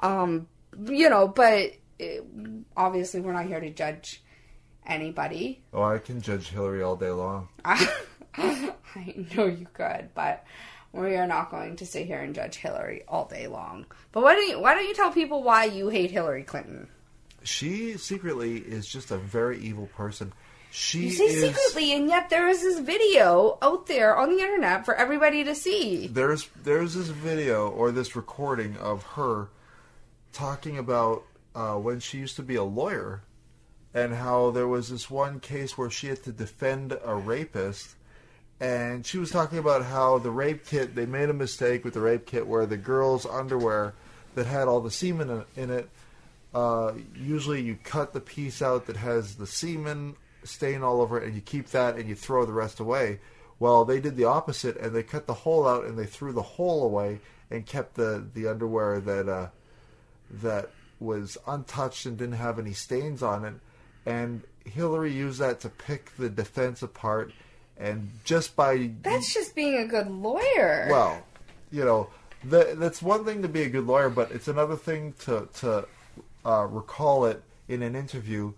Speaker 5: Um, you know, but eh, obviously we're not here to judge anybody.
Speaker 2: Oh, I can judge Hillary all day long.
Speaker 5: I, know you could, but we are not going to sit here and judge Hillary all day long. But why don't you, why don't you tell people why you hate Hillary Clinton?
Speaker 2: She secretly is just a very evil person. She
Speaker 5: You say
Speaker 2: is.
Speaker 5: secretly, and yet there is this video out there on the internet for everybody to see.
Speaker 2: There's there's this video or this recording of her talking about uh, when she used to be a lawyer and how there was this one case where she had to defend a rapist and she was talking about how the rape kit they made a mistake with the rape kit where the girl's underwear that had all the semen in- in it uh, usually you cut the piece out that has the semen stain all over it and you keep that and you throw the rest away well they did the opposite and they cut the hole out and they threw the hole away and kept the, the underwear that uh, that was untouched and didn't have any stains on it. And Hillary used that to pick the defense apart. And just by
Speaker 5: That's just being a good lawyer.
Speaker 2: well, you know, the, that's one thing to be a good lawyer, but it's another thing to to uh, recall it in an interview,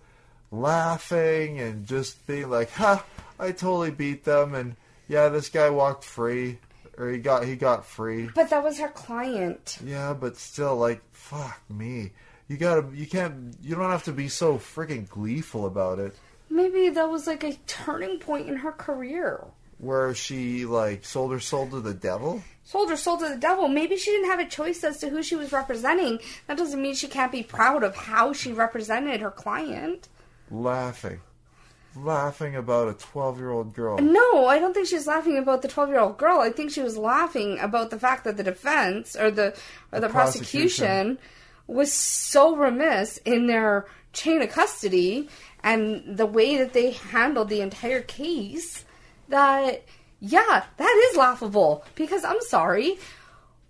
Speaker 2: laughing and just being like, "Ha, I totally beat them," and yeah, this guy walked free, or he got he got free.
Speaker 5: but that was her client.
Speaker 2: Yeah, but still, like, fuck me. You gotta, you can't, you don't have to be so freaking gleeful about it.
Speaker 5: Maybe that was like a turning point in her career.
Speaker 2: where she like sold her soul to the devil?
Speaker 5: Sold her soul to the devil. Maybe she didn't have a choice as to who she was representing. That doesn't mean she can't be proud of how she represented her client.
Speaker 2: Laughing. Laughing about a 12 year old girl.
Speaker 5: No, I don't think she was laughing about the twelve-year-old girl. I think she was laughing about the fact that the defense or the or the,
Speaker 2: The
Speaker 5: prosecution,
Speaker 2: prosecution.
Speaker 5: was so remiss in their chain of custody and the way that they handled the entire case that yeah, that is laughable because I'm sorry,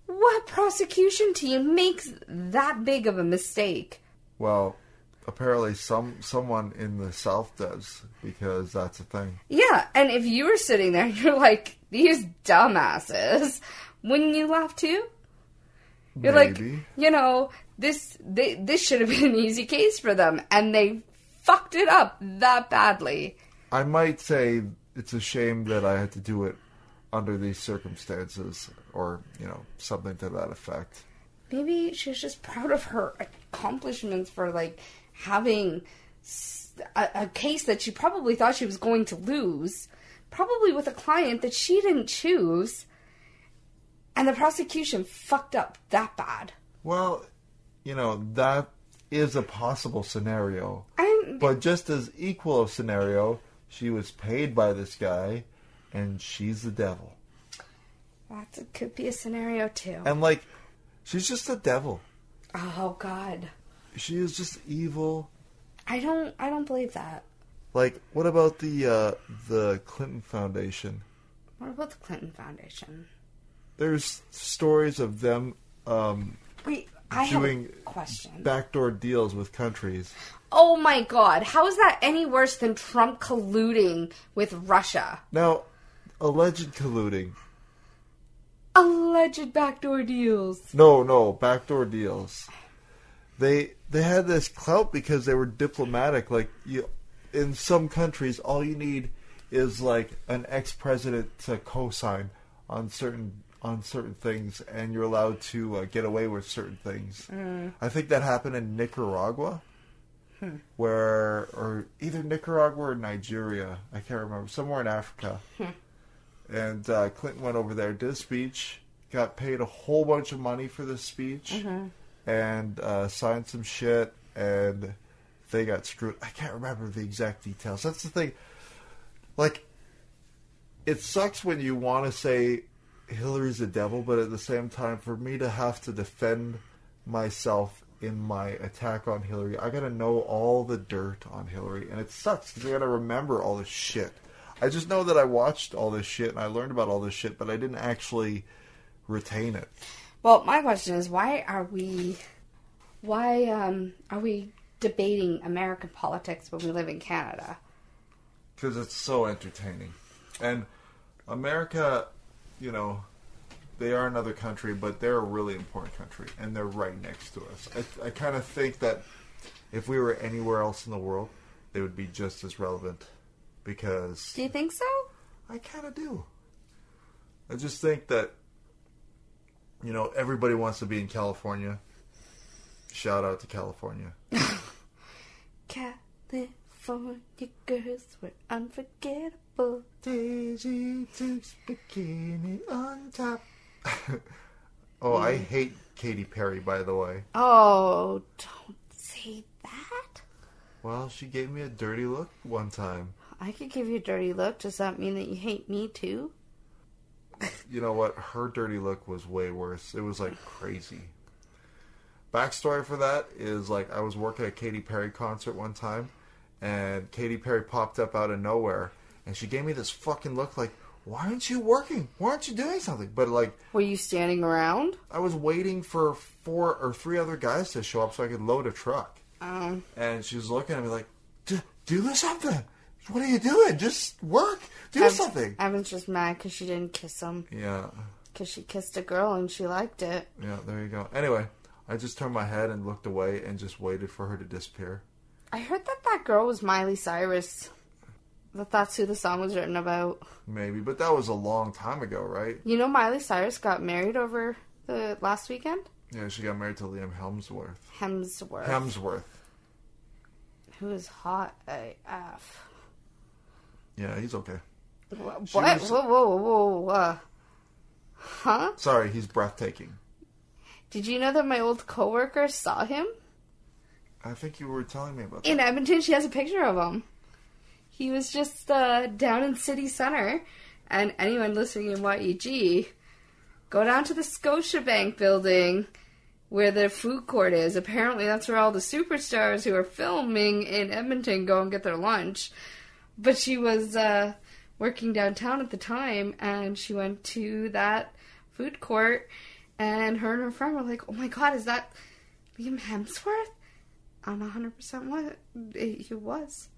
Speaker 5: what prosecution team makes that big of a mistake?
Speaker 2: Well, apparently some someone in the South does because that's a thing.
Speaker 5: Yeah, and if you were sitting there and you're like, these dumbasses, wouldn't you laugh too? You're like,
Speaker 2: Maybe.
Speaker 5: you know, this they, this should have been an easy case for them, and they fucked it up that badly.
Speaker 2: I might say it's a shame that I had to do it under these circumstances, or you know something to that effect.
Speaker 5: Maybe she was just proud of her accomplishments for like having s- a, a case that she probably thought she was going to lose, probably with a client that she didn't choose, and the prosecution fucked up that bad.
Speaker 2: Well, you know that is a possible scenario,
Speaker 5: I'm
Speaker 2: but just as equal of scenario, she was paid by this guy, and she's the devil,
Speaker 5: That could be a scenario too.
Speaker 2: and like she's just the devil.
Speaker 5: Oh God,
Speaker 2: She is just evil.
Speaker 5: I don't, I don't believe that.
Speaker 2: Like, what about the uh, the Clinton Foundation?
Speaker 5: What about the Clinton Foundation?
Speaker 2: There's stories of them um,
Speaker 5: Wait, I
Speaker 2: Doing-
Speaker 5: have a question.
Speaker 2: backdoor deals with countries.
Speaker 5: oh my God, how is that any worse than Trump colluding with Russia?
Speaker 2: Now, alleged colluding.
Speaker 5: Alleged backdoor deals.
Speaker 2: No, no, backdoor deals. They they had this clout because they were diplomatic. Like you, in some countries, all you need is like an ex president to co-sign on certain on certain things, and you're allowed to uh, get away with certain things. I think that happened in Nicaragua, where or either Nicaragua or Nigeria. I can't remember. Somewhere in Africa and uh, Clinton went over there, did a speech, got paid a whole bunch of money for this speech, and uh, signed some shit, and they got screwed. I can't remember the exact details. That's the thing. Like, it sucks when you want to say Hillary's a devil, but at the same time, for me to have to defend myself in my attack on Hillary, I gotta know all the dirt on Hillary, and it sucks because I gotta remember all this shit. I just know that I watched all this shit and I learned about all this shit, but I didn't actually retain it.
Speaker 5: Well, my question is, why are we, why um, are we debating American politics when we live in Canada?
Speaker 2: because it's so entertaining. And America, you know, they are another country, but they're a really important country, and they're right next to us. I, I kind of think that if we were anywhere else in the world, they would be just as relevant because
Speaker 5: Do you think so?
Speaker 2: I kind of do. I just think that, you know, everybody wants to be in California. Shout out to California.
Speaker 5: California girls were unforgettable.
Speaker 2: Daisy takes bikini on top. oh, I hate Katy Perry, by the way.
Speaker 5: Oh, don't say that.
Speaker 2: Well, she gave me a dirty look one time.
Speaker 5: I could give you a dirty look. Does that mean that you hate me too?
Speaker 2: You know what? Her dirty look was way worse. It was like crazy. Backstory for that is like I was working at a Katy Perry concert one time, and Katy Perry popped up out of nowhere, and she gave me this fucking look like, "Why aren't you working? Why aren't you doing something?" But like
Speaker 5: Were you standing around?
Speaker 2: I was waiting for four or three other guys to show up so I could load a truck.
Speaker 5: Um,
Speaker 2: And she was looking at me like, "D- do something. What are you doing? Just work. Do
Speaker 5: Ev-
Speaker 2: something.
Speaker 5: Evan's just mad because she didn't kiss him.
Speaker 2: Yeah.
Speaker 5: Because she kissed a girl and she liked it.
Speaker 2: Yeah, there you go. Anyway, I just turned my head and looked away and just waited for her to disappear.
Speaker 5: I heard that that girl was Miley Cyrus. That that's who the song was written about.
Speaker 2: Maybe, but that was a long time ago, right?
Speaker 5: You know, Miley Cyrus got married over the last weekend.
Speaker 2: Yeah, she got married to Liam Helmsworth.
Speaker 5: Hemsworth,
Speaker 2: Hemsworth.
Speaker 5: who is hot AF.
Speaker 2: Yeah, he's okay.
Speaker 5: What?
Speaker 2: She
Speaker 5: Whoa,
Speaker 2: was-
Speaker 5: whoa, whoa, whoa, whoa. Uh, huh?
Speaker 2: Sorry, he's breathtaking.
Speaker 5: Did you know that my old coworker saw him?
Speaker 2: I think you were telling me about that.
Speaker 5: In Edmonton, she has a picture of him. He was just uh, down in city center. And anyone listening in YEG, go down to the Scotiabank building where the food court is. Apparently, that's where all the superstars who are filming in Edmonton go and get their lunch. But she was uh, working downtown at the time, and she went to that food court, and her and her friend were like, "Oh my God, is that Liam Hemsworth?" I'm 100% what he was.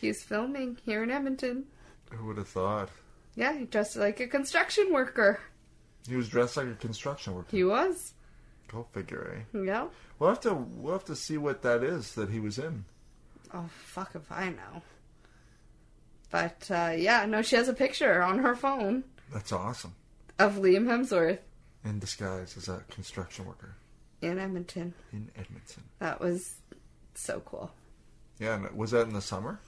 Speaker 5: He was filming here in Edmonton.
Speaker 2: Who would have thought?
Speaker 5: Yeah, he dressed like a construction worker.
Speaker 2: He was dressed like a construction worker.
Speaker 5: He was.
Speaker 2: Go figure, eh?
Speaker 5: Yeah.
Speaker 2: We'll have to we'll have to see what that is that he was in.
Speaker 5: Oh, fuck if I know. But, uh, yeah, no, she has a picture on her phone
Speaker 2: That's awesome.
Speaker 5: of Liam Hemsworth
Speaker 2: In disguise as a construction worker
Speaker 5: in Edmonton.
Speaker 2: in Edmonton.
Speaker 5: That was so cool.
Speaker 2: Yeah, and was that in the summer?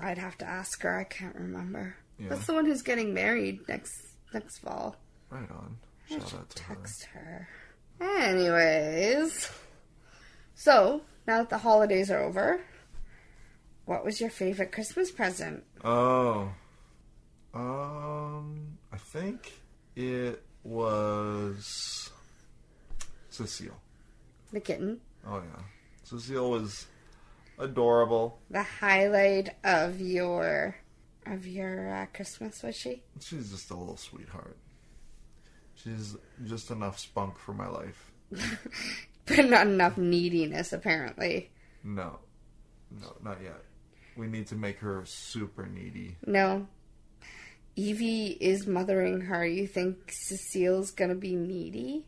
Speaker 5: I'd have to ask her. I can't remember.
Speaker 2: Yeah.
Speaker 5: That's the one who's getting married next next fall.
Speaker 2: Right on.
Speaker 5: I
Speaker 2: Shout
Speaker 5: should
Speaker 2: out to her.
Speaker 5: text her. Anyways, so now that the holidays are over, what was your favorite Christmas present?
Speaker 2: Oh. Um I think it was Cecile.
Speaker 5: The kitten.
Speaker 2: Oh yeah. Cecile was adorable.
Speaker 5: The highlight of your of your uh, Christmas was she?
Speaker 2: She's just a little sweetheart. She's just enough spunk for my life.
Speaker 5: But not enough neediness apparently.
Speaker 2: No. No, not yet. We need to make her super needy.
Speaker 5: No. Evie is mothering her. You think Cecile's gonna be needy?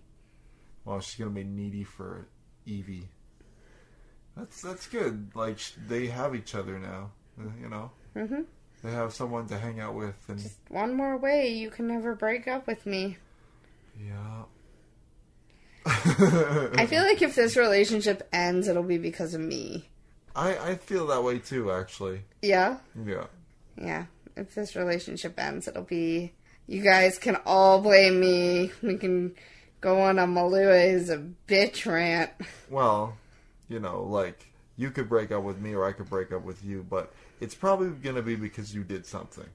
Speaker 2: Well, she's gonna be needy for Evie. That's that's good. Like sh- they have each other now. uh, You know,
Speaker 5: Mm-hmm.
Speaker 2: they have someone to hang out with, and
Speaker 5: Just one more way you can never break up with me.
Speaker 2: yeah.
Speaker 5: I feel like if this relationship ends, it'll be because of me.
Speaker 2: I I feel that way too. Actually,
Speaker 5: Yeah?
Speaker 2: yeah.
Speaker 5: Yeah. If this relationship ends, it'll be. You guys can all blame me. We can go on a Malua is a bitch rant.
Speaker 2: Well, you know, like you could break up with me, or I could break up with you, but it's probably gonna be because you did something.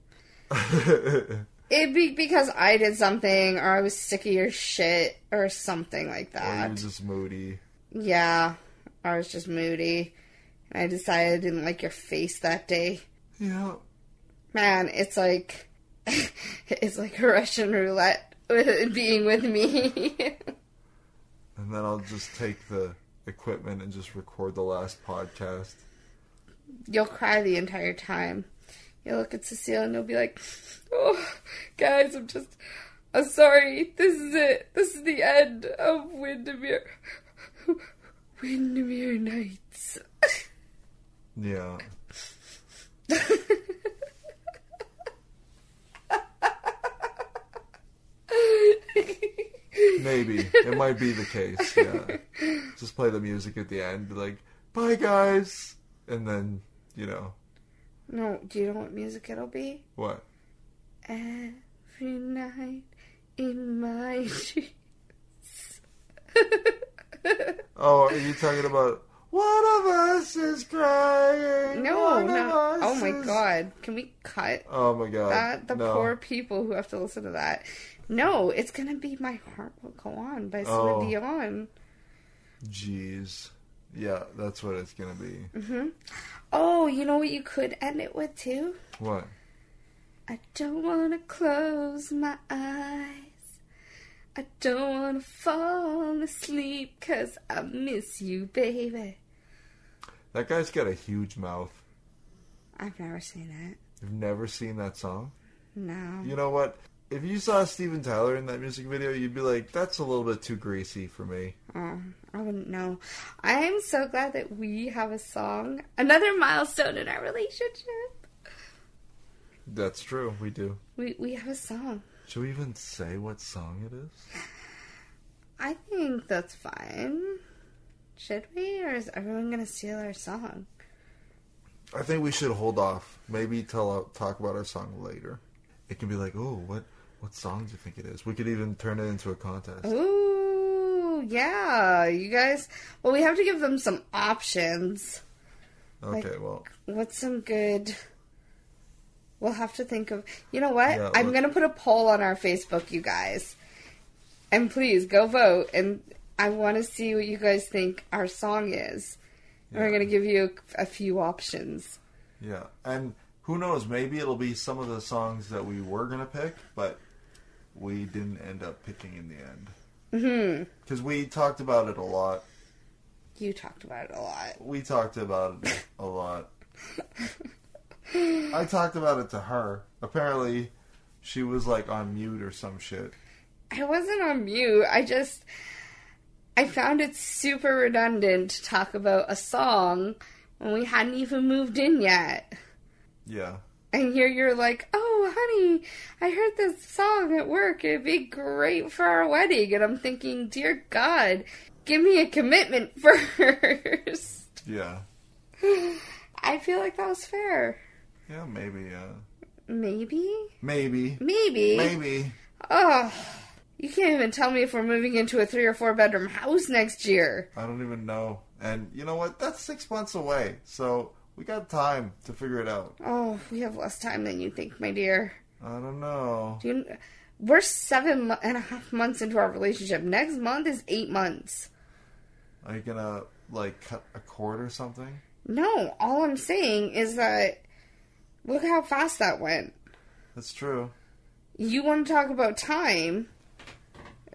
Speaker 5: It'd be because I did something or I was sick of your shit or something like
Speaker 2: or you were
Speaker 5: that.
Speaker 2: just moody.
Speaker 5: Yeah. Or I was just moody. And I decided I didn't like your face that day.
Speaker 2: Yeah.
Speaker 5: Man, it's like. it's like Russian roulette with being with me.
Speaker 2: And then I'll just take the equipment and just record the last podcast.
Speaker 5: you'll cry the entire time. You'll look at Cecile and you'll be like, "Oh, guys, I'm just, I'm sorry. This is it. This is the end of Windermere, Windermere Nights."
Speaker 2: Yeah. Maybe. it might be the case. Yeah. Just play the music at the end. Be like, bye, guys. And then, you know,
Speaker 5: No, do you know what music it'll be?
Speaker 2: what?
Speaker 5: Every night in my dreams.
Speaker 2: Oh, are you talking about one of us is crying?
Speaker 5: no,
Speaker 2: one of
Speaker 5: no.
Speaker 2: us
Speaker 5: Oh my
Speaker 2: is-"
Speaker 5: god, can we cut?
Speaker 2: Oh my god.
Speaker 5: that the
Speaker 2: no.
Speaker 5: poor people who have to listen to that. No, it's gonna be my heart will go on by Celine
Speaker 2: Oh.
Speaker 5: Dion.
Speaker 2: Jeez. Yeah, that's what it's gonna be.
Speaker 5: Oh, you know what you could end it with too?
Speaker 2: What?
Speaker 5: I don't wanna close my eyes. I don't wanna fall asleep 'cause I miss you, baby.
Speaker 2: That guy's got a huge mouth.
Speaker 5: I've never seen it.
Speaker 2: You've never seen that song?
Speaker 5: No.
Speaker 2: You know what? If you saw Steven Tyler in that music video, you'd be like, that's a little bit too greasy for me.
Speaker 5: Oh, I wouldn't know. I am so glad that we have a song. Another milestone in our relationship.
Speaker 2: That's true, we do.
Speaker 5: We we have a song.
Speaker 2: Should we even say what song it is?
Speaker 5: I think that's fine. Should we, or is everyone gonna steal our song?
Speaker 2: I think we should hold off. Maybe tell uh, talk about our song later. It can be like, oh, what what song do you think it is? We could even turn it into a contest.
Speaker 5: Ooh, yeah. You guys. Well, we have to give them some options.
Speaker 2: Okay, well,
Speaker 5: What's some good? We'll have to think of. You know what?
Speaker 2: Yeah,
Speaker 5: I'm
Speaker 2: let-
Speaker 5: going to put a poll on our Facebook, you guys. And please go vote. And I want to see what you guys think our song is. And we're
Speaker 2: Yeah.
Speaker 5: going to give you a, a few options.
Speaker 2: yeah, and who knows? Maybe it'll be some of the songs that we were gonna pick, but we didn't end up picking in the end. Because we talked about it a lot.
Speaker 5: You talked about it a lot.
Speaker 2: We talked about it a lot. I talked about it to her. Apparently, she was like on mute or some shit.
Speaker 5: I wasn't on mute. I just I found it super redundant to talk about a song when we hadn't even moved in yet.
Speaker 2: Yeah.
Speaker 5: And here you're like, "Oh, honey, I heard this song at work. It'd be great for our wedding." And I'm thinking, "Dear God, give me a commitment first.
Speaker 2: Yeah.
Speaker 5: I feel like that was fair.
Speaker 2: Yeah, maybe, yeah.
Speaker 5: Maybe,
Speaker 2: Maybe.
Speaker 5: maybe.
Speaker 2: Maybe.
Speaker 5: Oh, you can't even tell me if we're moving into a three or four bedroom house next year.
Speaker 2: I don't even know. And you know what? That's six months away. So we got time to figure it out.
Speaker 5: Oh, we have less time than you think, my dear.
Speaker 2: I don't know.
Speaker 5: Do you, we're seven mo- and a half months into our relationship. Next month is eight months.
Speaker 2: Are you gonna, like, cut a cord or something?
Speaker 5: No, all I'm saying is that look how fast that went.
Speaker 2: That's true.
Speaker 5: You want to talk about time?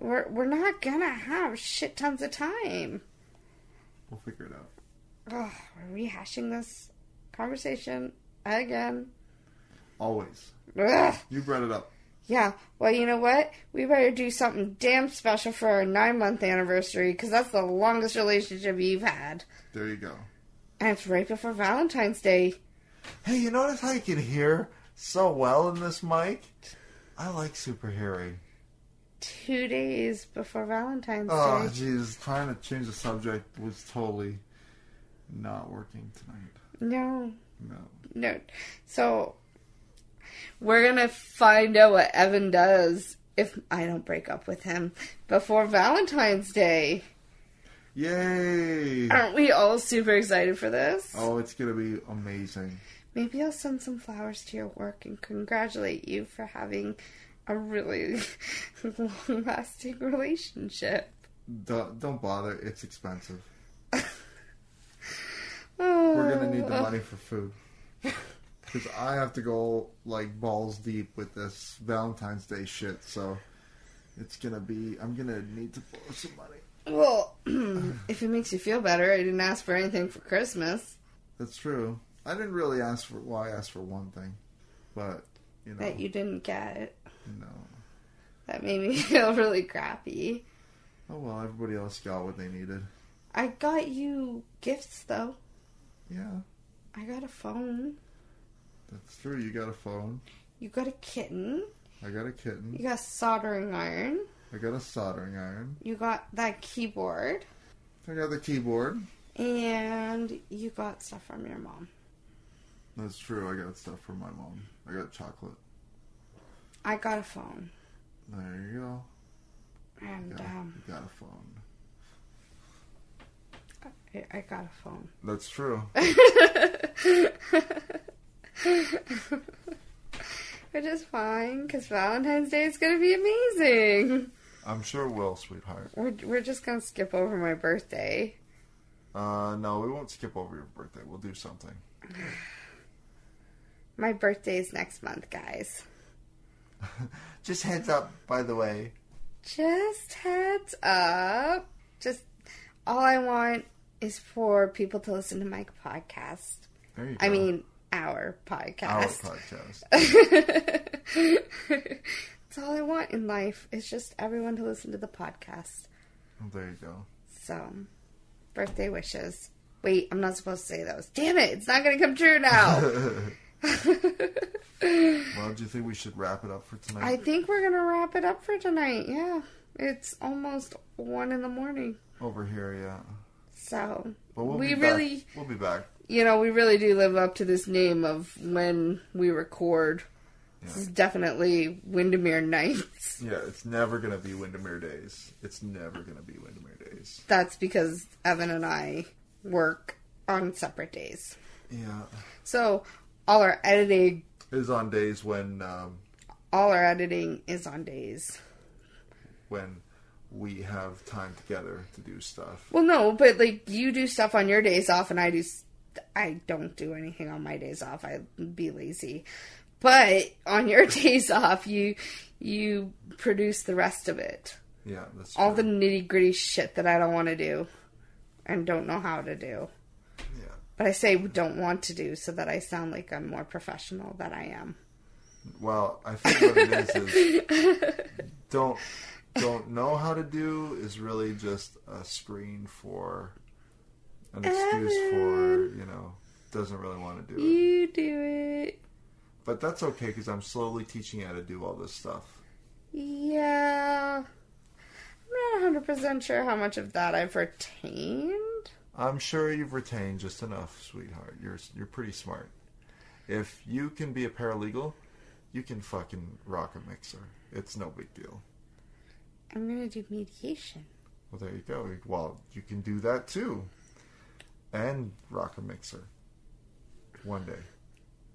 Speaker 5: We're we're not gonna have shit tons of time.
Speaker 2: We'll figure it out.
Speaker 5: Ugh, we're rehashing this conversation again.
Speaker 2: Always.
Speaker 5: Ugh.
Speaker 2: You brought it up.
Speaker 5: Yeah, well, you know what? We better do something damn special for our nine month anniversary because that's the longest relationship you've had.
Speaker 2: There you go.
Speaker 5: And it's right before Valentine's Day.
Speaker 2: Hey, you notice how you can hear so well in this mic? I like superhearing.
Speaker 5: Two days before Valentine's
Speaker 2: Oh,
Speaker 5: Day.
Speaker 2: jeez. Trying to change the subject was totally not working tonight.
Speaker 5: No,
Speaker 2: No.
Speaker 5: no. So, we're going to find out what Evan does if I don't break up with him before Valentine's Day.
Speaker 2: Yay!
Speaker 5: Aren't we all super excited for this?
Speaker 2: Oh, it's gonna be amazing.
Speaker 5: Maybe I'll send some flowers to your work and congratulate you for having a really long lasting relationship.
Speaker 2: Don't, don't bother. It's expensive.
Speaker 5: Oh.
Speaker 2: We're gonna need the money for food. Because I have to go like balls deep with this Valentine's Day shit, so it's gonna be. I'm gonna need to borrow some money.
Speaker 5: Well, if it makes you feel better, I didn't ask for anything for Christmas
Speaker 2: That's true. I didn't really ask for. Well, I asked for one thing, but you know,
Speaker 5: that you didn't get.
Speaker 2: no.
Speaker 5: That made me feel really crappy.
Speaker 2: Oh well, everybody else got what they needed.
Speaker 5: I got you gifts though.
Speaker 2: Yeah,
Speaker 5: I got a phone.
Speaker 2: that's true. You got a phone.
Speaker 5: You got a kitten.
Speaker 2: I got a kitten.
Speaker 5: You got a soldering iron.
Speaker 2: I got a soldering iron.
Speaker 5: You got that keyboard.
Speaker 2: I got the keyboard.
Speaker 5: And you got stuff from your mom.
Speaker 2: That's true. I got stuff from my mom. I got chocolate.
Speaker 5: I got a phone,
Speaker 2: There you go.
Speaker 5: and
Speaker 2: Yeah,
Speaker 5: um,
Speaker 2: you got a phone.
Speaker 5: I- I got a phone.
Speaker 2: That's true.
Speaker 5: Which is fine, because Valentine's Day is gonna be amazing.
Speaker 2: I'm sure will, sweetheart.
Speaker 5: We're we're just gonna skip over my birthday.
Speaker 2: Uh, no, we won't skip over your birthday. We'll do something.
Speaker 5: My birthday is next month, guys.
Speaker 2: Just heads up, by the way.
Speaker 5: Just heads up. Just all I want is for people to listen to my podcast.
Speaker 2: There you
Speaker 5: I mean, our podcast.
Speaker 2: our podcast.
Speaker 5: That's all I want in life is just everyone to listen to the podcast.
Speaker 2: There you go.
Speaker 5: So, birthday wishes. Wait, I'm not supposed to say those. Damn it, it's not going to come true now.
Speaker 2: Well, do you think we should wrap it up for tonight?
Speaker 5: I think we're going to wrap it up for tonight. Yeah, it's almost one in the morning.
Speaker 2: Over here, yeah.
Speaker 5: So,
Speaker 2: But we'll
Speaker 5: We
Speaker 2: be back.
Speaker 5: really-
Speaker 2: We'll be back.
Speaker 5: you know, we really do live up to this name of when we record. This is definitely Windermere Nights.
Speaker 2: Yeah, it's never gonna be Windermere days. It's never gonna be Windermere days.
Speaker 5: That's because Evan and I work on separate days.
Speaker 2: Yeah,
Speaker 5: So, all our editing
Speaker 2: it is on days when um,
Speaker 5: all our editing is on days.
Speaker 2: when we have time together to do stuff.
Speaker 5: Well, no, but like you do stuff on your days off, and I do. s- I don't do anything on my days off. I'd be lazy. But on your days off, you you produce the rest of it,
Speaker 2: Yeah, that's
Speaker 5: all the
Speaker 2: true.
Speaker 5: nitty gritty shit that I don't want to do, and don't know how to do.
Speaker 2: Yeah.
Speaker 5: But I say don't want to do so that I sound like I'm more professional than I am.
Speaker 2: Well, I think what it is is don't don't know how to do is really just a screen for an excuse for you know doesn't really want to do it.
Speaker 5: You do it.
Speaker 2: But that's okay because I'm slowly teaching you how to do all this stuff.
Speaker 5: Yeah. I'm not 100% sure how much of that I've retained.
Speaker 2: I'm sure you've retained just enough, sweetheart. You're you're pretty smart. If you can be a paralegal, you can fucking rock a mixer. It's no big deal.
Speaker 5: I'm going to do mediation.
Speaker 2: Well, there you go. Well, you can do that too, and rock a mixer. One day.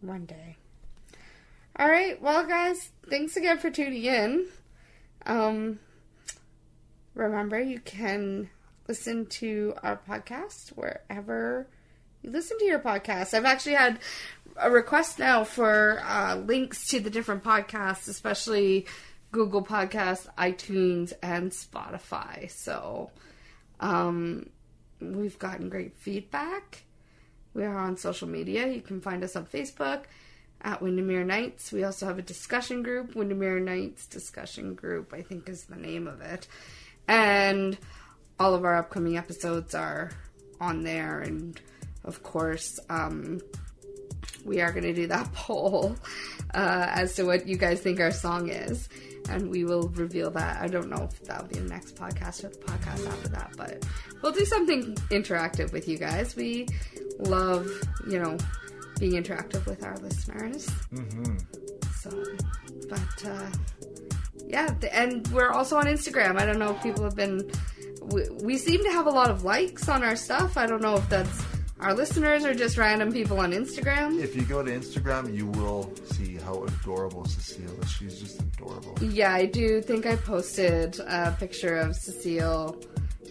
Speaker 5: One day. All right. Well, guys, thanks again for tuning in. Um, remember, you can listen to our podcast wherever you listen to your podcast. I've actually had a request now for uh, links to the different podcasts, especially Google Podcasts, iTunes, and Spotify. So, um, we've gotten great feedback. We are on social media. You can find us on Facebook at Windermere Nights. We also have a discussion group, Windermere Nights Discussion Group, I think is the name of it. And all of our upcoming episodes are on there. And of course, um, we are going to do that poll uh, as to what you guys think our song is. And we will reveal that. I don't know if that'll be the next podcast or the podcast after that, but we'll do something interactive with you guys. We love, you know, being interactive with our listeners. Mm-hmm. So, but uh, yeah, th- and we're also on Instagram. I don't know if people have been. We, we seem to have a lot of likes on our stuff. I don't know if that's our listeners or just random people on Instagram.
Speaker 2: If you go to Instagram, you will see how adorable Cecile is. She's just adorable.
Speaker 5: Yeah, I do think I posted a picture of Cecile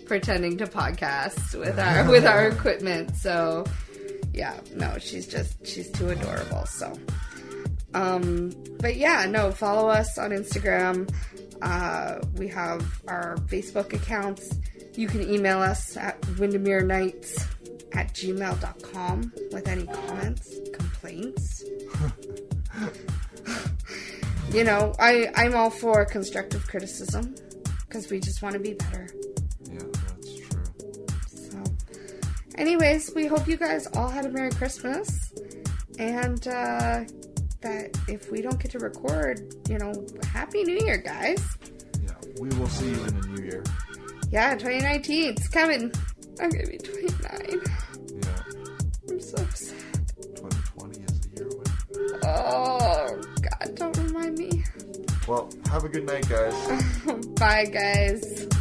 Speaker 5: pretending to podcast with our with our equipment. So yeah, no, she's just she's too adorable. So um but yeah, no, follow us on Instagram. Uh we have our Facebook accounts. You can email us at Windermere Nights at gmail.com with any comments, complaints, you know, I, I'm all for constructive criticism because we just want to be better.
Speaker 2: Yeah, that's true.
Speaker 5: So, anyways, we hope you guys all had a Merry Christmas and uh, that if we don't get to record, you know, Happy New Year, guys.
Speaker 2: Yeah, we will see you in the new year.
Speaker 5: Yeah, 2019, it's coming. I'm gonna be 29.
Speaker 2: Yeah,
Speaker 5: I'm so upset.
Speaker 2: 2020 is a year away.
Speaker 5: Oh, God, don't remind me.
Speaker 2: Well, have a good night, guys.
Speaker 5: Bye, guys.